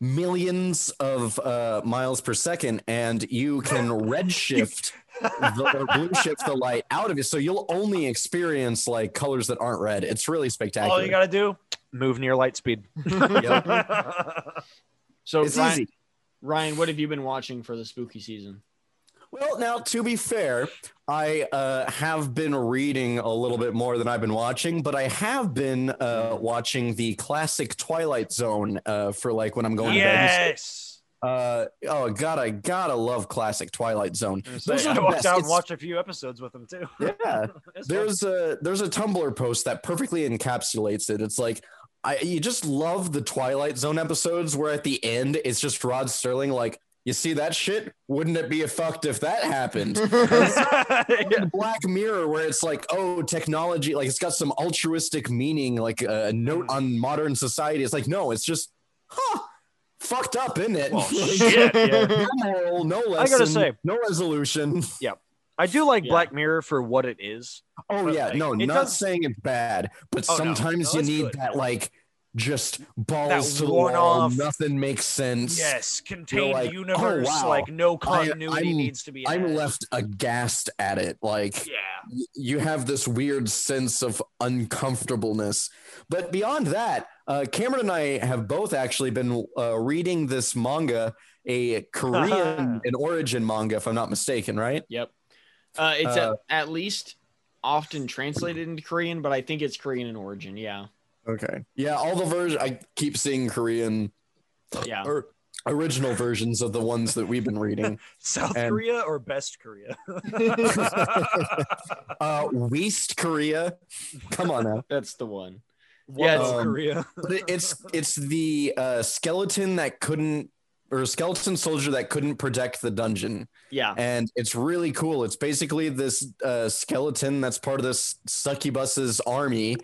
A: millions of uh, miles per second, and you can redshift the, or blue shift the light out of it. So you'll only experience like colors that aren't red. It's really spectacular.
B: All you gotta do, move near light speed.
C: So
A: it's
C: Ryan,
A: easy.
C: Ryan, what have you been watching for the spooky season?
A: Well, now to be fair, I uh, have been reading a little bit more than I've been watching, but I have been uh, watching the classic Twilight Zone uh, for like when I'm going to bed.
B: yes.
A: Uh, oh God, I gotta love classic Twilight Zone. Those are
B: I
A: the
B: walked
A: best.
B: out and
A: It's-
B: watched a few episodes with them too.
A: Yeah,
B: It's
A: there's a there's a Tumblr post that perfectly encapsulates it. It's like I you just love the Twilight Zone episodes where at the end it's just Rod Sterling like you see that shit wouldn't it be a fucked if that happened
B: fun.
A: in Black Mirror where it's like oh technology like it's got some altruistic meaning like a
B: Mm.
A: note on modern society it's like no it's just huh fucked up in it
B: Well, shit, yeah.
A: no moral no lesson
B: I gotta say-
A: no resolution
B: I do like
C: Yeah.
B: Black Mirror for what it is.
A: Oh
B: But,
A: yeah,
B: like,
A: no,
B: it
A: not
B: does-
A: saying it's bad, but
B: Oh, no.
A: sometimes you
B: No, it's
A: need
B: good.
A: that like just balls
B: That
A: to the wall.
B: one-off-
A: Nothing makes sense.
B: Yes, contained
A: like, oh,
B: universe,
A: wow.
B: like no
A: I-
B: continuity
A: I'm-
B: needs to be.
A: I'm
B: had.
A: left aghast at it. Like
B: Yeah,
A: y- you have this weird sense of uncomfortableness. But beyond that, uh, Cameron and I have both actually been uh, reading this manga, a Korean an origin manga, if I'm not mistaken, right?
C: Yep. Uh, it's
A: Uh,
C: at, at least often translated into Korean, but I think it's Korean in origin. Yeah.
A: Okay. Yeah, all the versions I keep seeing Korean
C: Yeah.
A: or original versions of the ones that we've been reading.
B: South
A: And-
B: Korea or best Korea?
A: Uh, West Korea, come on now.
C: That's the one.
B: West
A: um,
B: Korea.
A: But it- it's it's the uh, skeleton that couldn't or skeleton soldier that couldn't protect the dungeon,
C: Yeah.
A: and it's really cool. It's basically this uh, skeleton that's part of this succubus's army.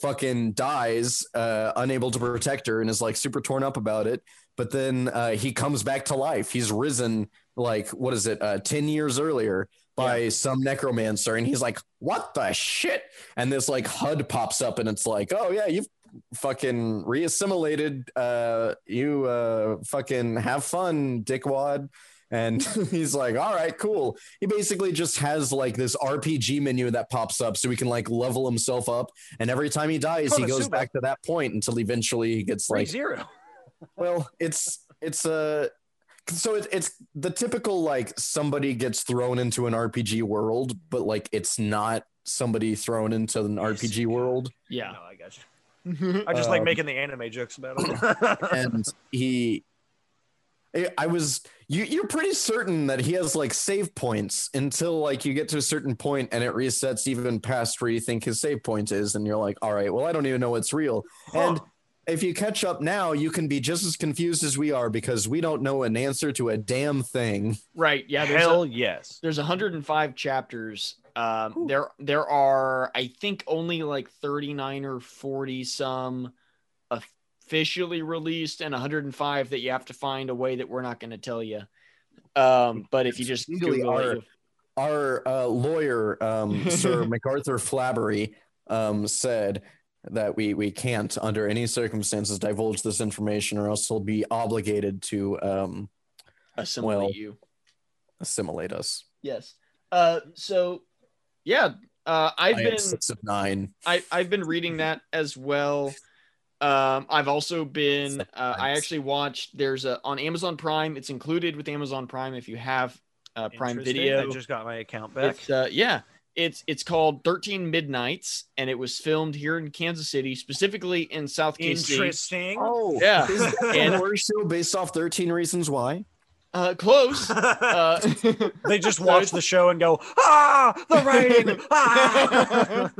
A: Fucking dies, uh, unable to protect her, and is like super torn up about it. But then uh, he comes back to life. He's risen like what is it, uh, ten years earlier, by some necromancer and he's like what the shit and this like hud pops up and it's like oh yeah you've fucking reassimilated uh you uh fucking have fun dickwad and he's like all right cool he basically just has like this rpg menu that pops up so he can like level himself up and every time he dies he goes
B: Konosuba.
A: back to that point until eventually he gets
B: Three
A: like
B: zero.
A: well it's it's a so it, it's the typical like somebody gets thrown into an rpg world but like it's not somebody thrown into an rpg world
C: Yeah.
B: No, I got you. I just like
A: Um,
B: making the anime jokes about it.
A: and he I- i was you you're pretty certain that he has like save points until like you get to a certain point and it resets even past where you think his save point is and you're like all right well i don't even know what's real and if you catch up now you can be just as confused as we are because we don't know an answer to a damn thing
C: Right. Yeah. There's,
B: hell
C: a,
B: yes.
C: there's 105 chapters. Um, there there are I think only like 39 or 40 some officially released and 105 that you have to find a way that we're not going to tell you. Um, but if you just
A: Legally
C: Google
A: are-
C: it,
A: our uh, lawyer, um, Sir MacArthur Flabbery, um, said that we we can't under any circumstances divulge this information, or else he'll be obligated to um,
C: assimilate
A: well,
C: you.
A: assimilate us.
C: Yes. Uh, so yeah, uh, I've
A: I am
C: been
A: six of nine.
C: I, I've been reading that as well. Um, I've also been uh, I actually watched there's a on Amazon Prime. It's included with Amazon Prime if you have uh, Prime
B: Interesting.
C: Video.
B: I just got my account back.
C: It's, uh, yeah, it's it's called Thirteen Midnights, and it was filmed here in Kansas City, specifically in South KC.
B: Interesting.
A: Oh,
C: Yeah,
A: Is that
C: And-
A: a horror show based off Thirteen Reasons Why?
C: uh, close. Uh,
B: they just watch the show and go, ah, the rain. Ah!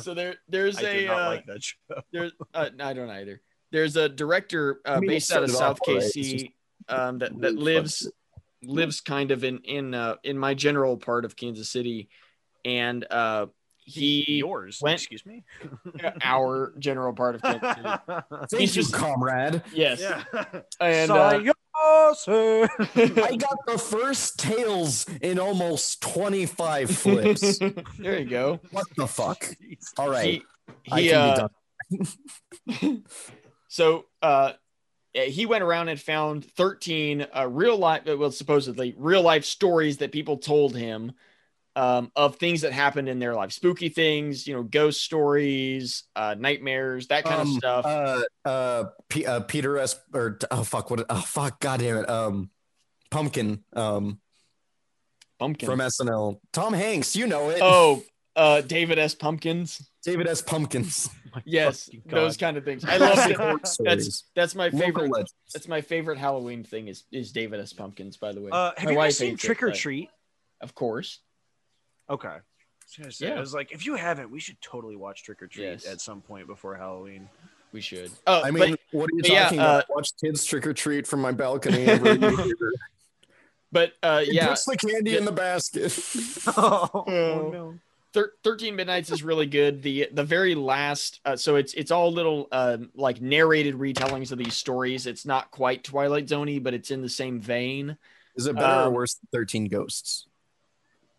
C: so there there's
B: I do
C: a
B: not
C: uh,
B: like that show.
C: There's, uh, no, I don't either. There's a director uh,
A: I mean, it
C: based out of
A: started
C: South
A: off all right,
C: KC
A: it's
C: um, that that
A: really
C: lives lives kind of in in uh, in my general part of Kansas City, and uh, he
B: yours.
C: went-
B: excuse me.
C: our general part of Kansas City.
A: Thank you, comrade.
C: Yes,
B: yeah.
C: and uh,
B: Sayonara.
A: I got the first tails in almost twenty-five flips.
C: there you go.
A: what the fuck? All right,
C: He, he, uh, so uh, uh, he went around and found 13 uh, real life, uh, well, supposedly real life stories that people told him um, of things that happened in their life spooky things, you know, ghost stories, uh, nightmares, that kind
A: Um,
C: of stuff.
A: Uh, uh, P- uh, Peter S. Or oh fuck, what? Oh fuck, goddamn it. Um, Pumpkin. Um,
C: Pumpkin.
A: from SNL. Tom Hanks, you know it.
C: oh, uh, David S. Pumpkins.
A: David S. Pumpkins.
C: Yes,
B: fucking God.
C: those kind of things. I love it. That's
A: Stories.
C: that's my
A: Local
C: favorite.
A: legends.
C: That's my favorite Halloween thing is is David S. Pumpkins. By the way,
B: Uh, have
C: My
B: you
C: wife
B: guys seen
C: hates it,
B: Trick or
C: but-
B: Treat?
C: of course.
B: Okay. I was, gonna say,
C: Yeah.
B: I was like, if you haven't, we should totally watch Trick or Treat
C: Yes.
B: at some point before Halloween.
C: We should. Oh,
A: I mean, what are you
C: but yeah, uh,
A: talking about? Watch kids trick or treat from my balcony. every year.
C: but, but uh, yeah,
A: Puts the candy in the basket.
B: oh,
C: Oh.
B: no.
C: Thir- 13 midnights is really good the the very last uh, so it's it's all little um, like narrated retellings of these stories it's not quite twilight zoney but it's in the same vein
A: Is it better or
C: Um,
A: worse than 13 ghosts?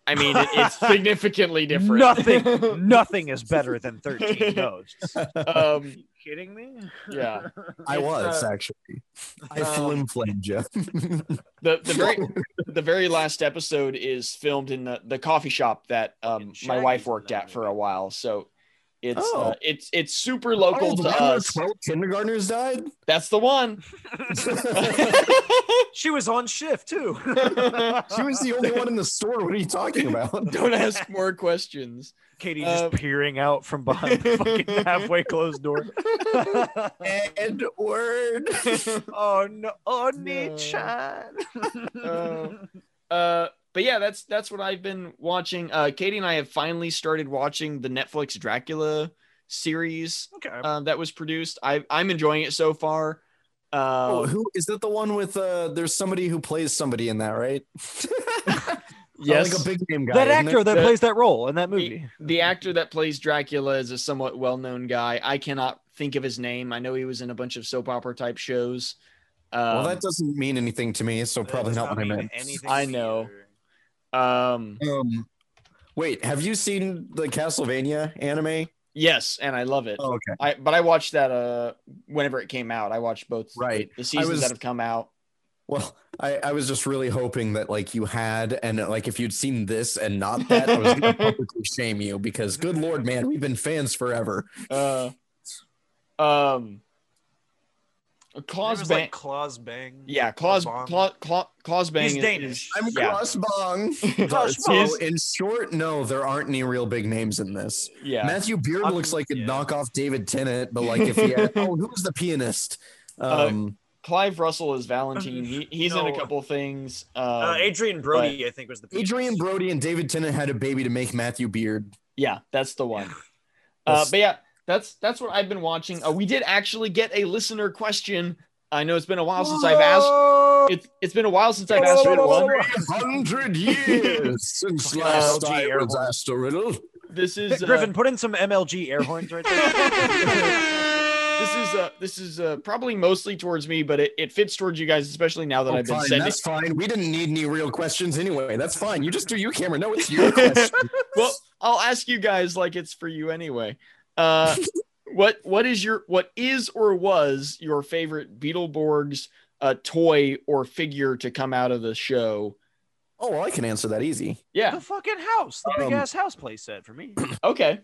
C: i mean it, it's significantly different
B: Nothing, nothing is better than 13 ghosts. Are
C: um,
B: you kidding me?
C: yeah
A: I
C: it's,
A: was
C: uh,
A: actually. I
C: um,
A: flim flamed you.
C: the, the very the very last episode is filmed in the, the coffee shop that um,
B: Fucking
C: my
B: Shaggy's
C: wife
B: in
C: worked
B: that
C: at for a
B: movie.
C: while so it's
A: Oh.
C: uh, it's it's super local
A: Oh, the
C: to
A: one where
C: us
A: 12 kindergartners died?
C: that's the one
B: She was on shift too.
A: She was the only one in the store. What are you talking about?
C: don't ask more questions
B: Katie just
C: Uh,
B: peering out from behind the fucking halfway closed door.
A: Edward.
B: oh no, oh
C: No.
B: Nichan.
C: Oh. Uh, but yeah, that's that's what I've been watching. Uh, Katie and I have finally started watching the Netflix Dracula series
B: okay.
C: um, that was produced. I, I'm enjoying it so
A: Oh,
C: far. Uh,
A: who is that? The one with uh, there's somebody who plays somebody in that, right?
C: yes,
A: like a big name guy.
B: that
A: isn't
B: actor
A: it?
B: that
C: The-
B: plays that role in that movie.
C: the actor that plays Dracula is a somewhat well-known guy. I cannot think of his name. I know he was in a bunch of soap opera type shows.
A: Well,
C: Um,
A: that doesn't mean anything to me, so probably not what I meant.
C: I know. um,
A: Um, wait, have you seen the Castlevania anime?
C: yes, and I love it.
A: Oh, okay.
C: I but I watched that uh whenever it came out. I watched both
A: Right.
C: the seasons
A: was-
C: that have come out.
A: Well, I, I was just really hoping that like you had, and like if you'd seen this and not that, I was gonna publicly shame you because good lord, man, we've been fans forever.
C: uh, um,
B: Claus
C: Claus
B: was
C: Bang.
B: like Claus Bang.
C: yeah, Claus
B: Bang.
C: Claus Claus, Claus Bang.
B: He's
C: is-
B: Danish.
A: I'm
C: yeah,
A: crossbong.
B: Claus
A: So
B: Bang.
A: in short, no, there aren't any real big names in this.
C: yeah.
A: Matthew Beard
B: I'm-
A: looks like a
B: yeah.
A: knockoff David Tennant, but like if he had, oh, who was the pianist?
C: Uh,
A: Um,
C: Clive Russell is Valentine. He, he's in
B: No.
C: a couple things. Um,
B: Uh, Adrian Brody, I think, was the
A: Adrian Brody and David Tennant had a baby to make Matthew Beard.
C: yeah, that's the one. Uh,
A: That's-
C: but yeah, that's that's what I've been watching. Uh, we did actually get a listener question. I know it's been a while since I've asked. It's it's been a while since I've asked for one.
A: Hundred years since
B: Fucking
A: last
B: LG
A: I
B: air
A: was
B: horn.
A: asked a riddle.
C: This is uh,
B: Griffin, put in some MLG air horns right
C: This is uh this is uh probably mostly towards me, but it, it fits towards you guys, especially now that
A: Oh,
C: I've been
A: fine,
C: sending.
A: that's fine. We didn't need any real questions anyway. That's fine. You just do your camera. No, it's your question.
C: Well, I'll ask you guys like it's for you anyway. Uh, what what is your what is or was your favorite Beetleborgs uh, toy or figure to come out of the show?
A: oh, well, I can answer that easy.
C: Yeah.
B: the fucking house, the
A: Um,
B: big ass house play set for me.
C: Okay.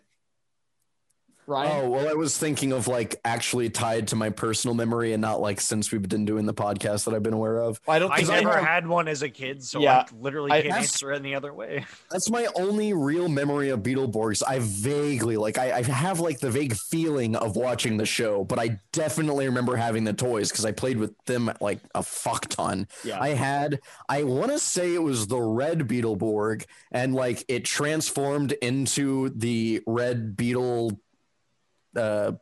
C: Ryan.
A: Oh, well, I was thinking of like actually tied to my personal memory and not like since we've been doing the podcast that I've been aware of.
C: I don't
B: I
C: think I,
B: never
A: have-
B: had one as a kid, so
C: Yeah,
B: I literally
C: I-
B: can't
A: that's-
B: answer any other way.
A: That's my only real memory of Beetleborgs. I vaguely like I, I have like the vague feeling of watching the show, but I definitely remember having the toys because I played with them like a fuck ton.
C: Yeah.
A: I had I want to say it was the red Beetleborg, and like it transformed into the red Beetle. Uh,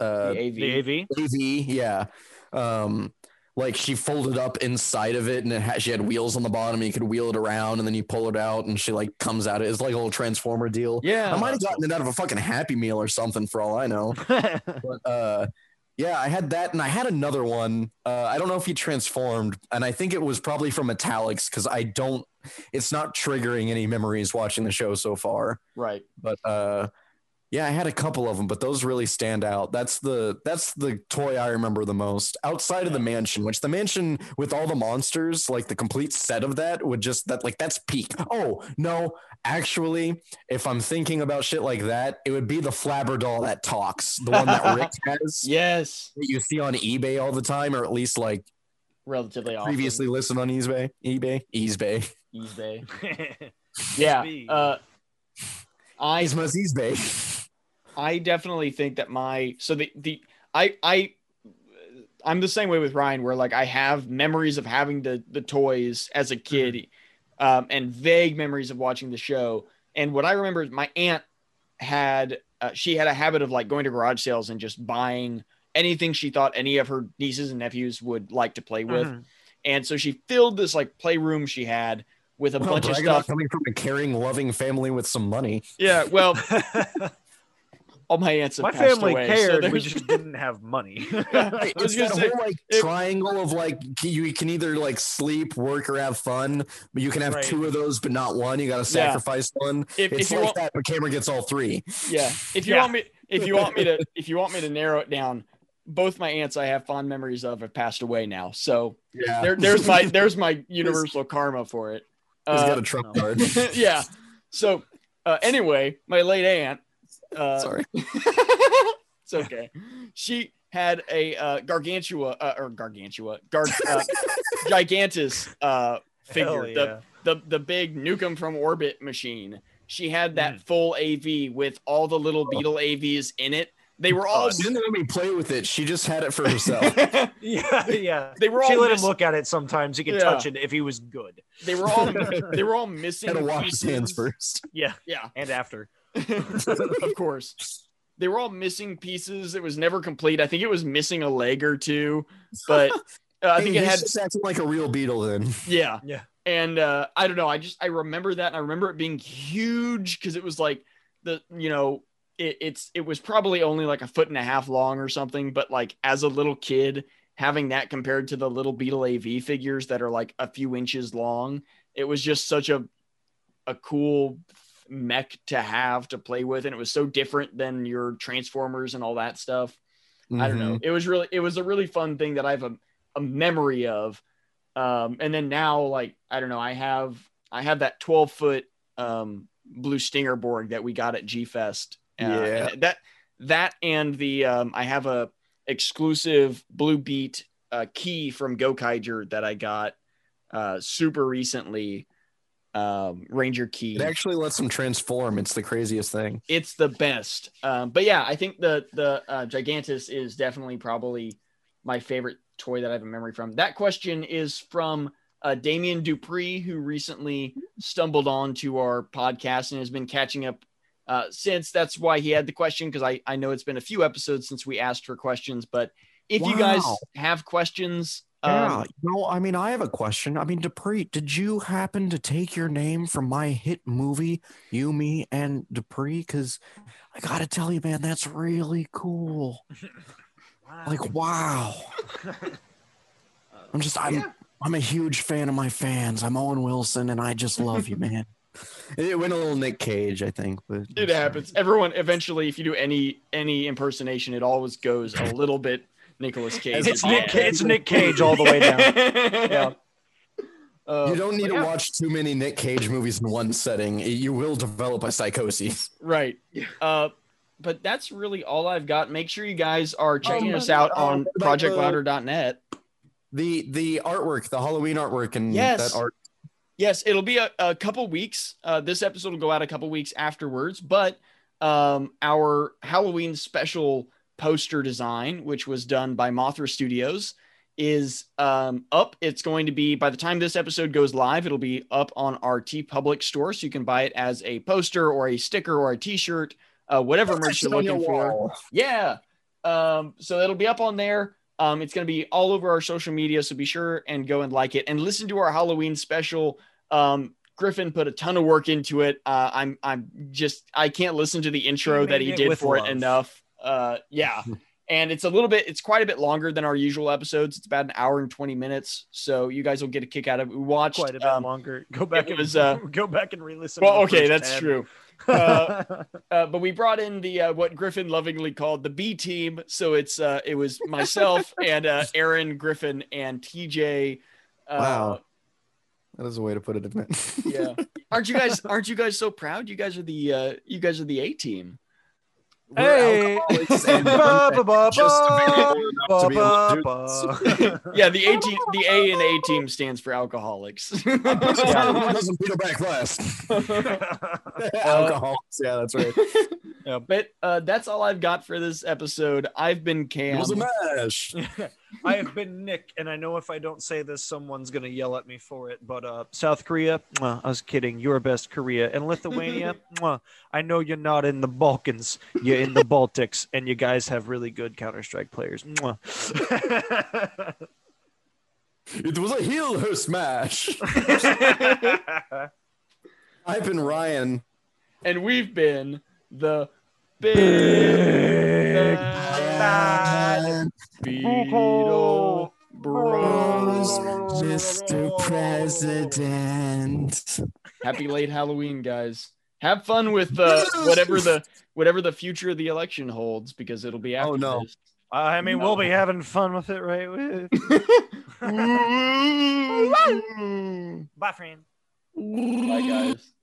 A: uh,
C: the AV.
B: The AV.
A: AV, E, yeah. Um, like she folded up inside of it, and it had, she had wheels on the bottom, and you could wheel it around, and then you pull it out, and she like comes out. It's like a little transformer deal.
C: Yeah.
A: I might have gotten it out of a fucking Happy Meal or something, for all I know. But uh, yeah, I had that, and I had another one. Uh, I don't know if he transformed, and I think it was probably from Metallics because I don't. It's not triggering any memories watching the show so far
C: Right.
A: but uh Yeah, I had a couple of them, but those really stand out. That's the that's the toy I remember the most. Outside of the mansion, which the mansion with all the monsters, like the complete set of that would just that like that's peak. Oh, no, actually, if I'm thinking about shit like that, it would be the flabber doll that talks, the one that Rick has
C: Yes.
A: that you see on eBay all the time, or at least like
C: Relatively often.
A: previously listed on eBay. eBay. eBay.
C: eBay.
B: Speed.
C: Yeah. Uh, I
A: Isma's eBay.
C: I definitely think that my so the the I I I'm the same way with Ryan where like I have memories of having the the toys as
B: Mm-hmm.
C: a kid um, and vague memories of watching the show and what I remember is my aunt had uh, she had a habit of like going to garage sales and just buying anything she thought any of her nieces and nephews would like to play with
B: Mhm.
C: and so she filled this like playroom she had with a
B: Oh,
A: Well,
C: bunch of
A: brag about
C: stuff
A: coming from a caring, loving family with some money.
C: yeah well all my aunts have
B: My
C: passed
B: family
C: away, so
B: cared. we
C: there's-
B: just didn't have money.
C: I
A: It's
C: was gonna
A: that
C: say,
A: whole like
C: it-
A: triangle of like you can either like sleep, work, or have fun. But you can have
B: Right.
A: two of those, but not one. You got to
C: Yeah.
A: sacrifice one.
C: if,
A: It's
C: if you
A: like
C: want,
A: that, but Cameron gets all three.
C: yeah. If you
B: Yeah.
C: want me, if you want me to, if you want me to narrow it down, both my aunts I have fond memories of have passed away now. So
A: Yeah,
C: there, there's my there's my universal karma for it.
A: He's got
C: Uh,
A: a trump
B: no.
A: card.
C: yeah. So uh, anyway, my late aunt. Uh,
A: Sorry,
C: it's okay. She had a uh, gargantua uh, or gargantua gar- uh, gigantus uh, figure,
B: Hell
C: the
B: yeah.
C: the the big Nukem from Orbit machine. She had
B: Mm.
C: that full AV with all the little
B: Oh.
C: Beetle AVs in it. They were all
A: she didn't let me play with it. She just had it for herself.
B: yeah, yeah.
C: they were
B: She
C: all
B: let
C: miss-
B: him look at it sometimes. He could
C: Yeah.
B: touch it if he was good.
C: they were all they were all missing
A: had to wash his
C: pieces.
A: hands first.
B: Yeah,
C: Yeah,
B: and after.
C: of course. They were all missing pieces. It was never complete. I think it was missing a leg or two, but uh, I think
A: Hey,
C: it
A: he's
C: had
A: just acting like a real beetle. Then
C: yeah.
B: Yeah.
C: And uh, I don't know. I just I remember that, and I remember it being huge because it was like the you know it, it's it was probably only like a foot and a half long or something, but like as a little kid having that compared to the little Beetle AV figures that are like a few inches long, it was just such a a cool mech to have to play with, and it was so different than your Transformers and all that stuff. I don't know. It was really it was a really fun thing that I have a, a memory of. Um, and then now like I don't know, I have I have that 12 foot um blue stinger board that we got at G Fest. Uh,
A: Yeah.
C: and That that and the um I have a exclusive blue beat uh, key from Gokaiger that I got uh super recently. Um, Ranger key
A: Mm-hmm. It actually lets him transform. It's the craziest thing.
C: it's the best. Um, but yeah, I think the the uh, Gigantus is definitely probably my favorite toy that I have a memory from. That question is from uh, Damien Dupree, who recently stumbled onto our podcast and has been catching up uh, since. That's why he had the question because I I know it's been a few episodes since we asked for questions. But if you guys
A: Wow.
C: have questions,
A: Yeah,
C: um,
A: you know, I mean, I have a question. I mean, Dupree, did you happen to take your name from my hit movie, You, Me, and Dupree? Because I gotta tell you, man, that's really cool. Like, wow. I'm just, I'm, I'm a huge fan of my fans. I'm Owen Wilson, and I just love you, man. It went a little Nick Cage, I think, but
C: it happens. Everyone eventually, if you do any any impersonation, it always goes a little bit. Nicholas
B: It's
C: Cage. at the
B: Nick.
C: end.
B: Ca- It's Nick Cage all the way down.
C: yeah.
A: You
C: Uh,
A: don't need to
B: Yeah.
A: watch too many Nick Cage movies in one setting. You will develop a psychosis.
C: right. Uh, but that's really all I've got. Make sure you guys are checking us out on
A: Uh,
C: projectlouder.net.
A: The the artwork, the Halloween artwork, and
C: Yes.
A: that art
C: Yes, it'll be a, a couple weeks. Uh, this episode will go out a couple weeks afterwards, but um, our Halloween special poster design, which was done by Mothra Studios, is um, up. It's going to be, by the time this episode goes live, it'll be up on our T Public store. So you can buy it as a poster or a sticker or a t shirt, uh, whatever merch you're looking for. Yeah. Um, so it'll be up on there. Um, it's going to be all over our social media. So be sure and go and like it and listen to our Halloween special. Um, Griffin put a ton of work into it. Uh, I'm, I'm just, I can't listen to the intro
B: He
C: that
B: made
C: he
B: it
C: did
B: with
C: for
B: love.
C: it enough. Uh, yeah. And it's a little bit, it's quite a bit longer than our usual episodes. It's about an hour and 20 minutes. So you guys will get a kick out of it. We watched
B: Quite a bit
C: um,
B: longer. Go back
C: it
B: and
C: was, uh,
B: go back and re-listen. to
C: Well,
B: the
C: okay,
B: first
C: that's
B: 10.
C: true. Uh, uh, but we brought in the uh, what Griffin lovingly called the B team. So it's uh, it was myself and uh, Aaron Griffin and TJ. Uh,
A: Wow. That is a way to put it. man.
C: Yeah. Aren't you guys? Aren't you guys so proud? You guys are the uh, you guys are the A team.
B: Hey.
A: alcoholics and
B: Ba, ba, ba,
A: Just
B: ba,
A: available enough to be
B: ba,
A: able to
B: ba.
C: Yeah, the A team. The A and A team stands for alcoholics.
A: Why doesn't Peter back last? Alcoholics. Yeah, that's right.
C: but uh, that's all I've got for this episode. I've been
A: It
C: Cam.
A: was a mash.
B: I have been Nick, and I know if I don't say this, someone's gonna yell at me for it. But uh, South Korea, mwah, I was kidding. You're best Korea, and Lithuania. mwah, I know you're not in the Balkans. You're in the Baltics, and you guys have really good Counter Strike players. Mwah.
A: It was a heel her smash. I've been Ryan.
C: and we've been the big,
A: Bad
C: Beetle
A: Bros,
C: Bros.
A: Mr. President.
C: Happy late Halloween, guys. Have fun with uh, whatever the whatever the future of the election holds, because it'll be after
A: Oh, no.
C: this.
B: I mean, we'll be having fun with it, right? With bye, friend.
C: Bye, guys.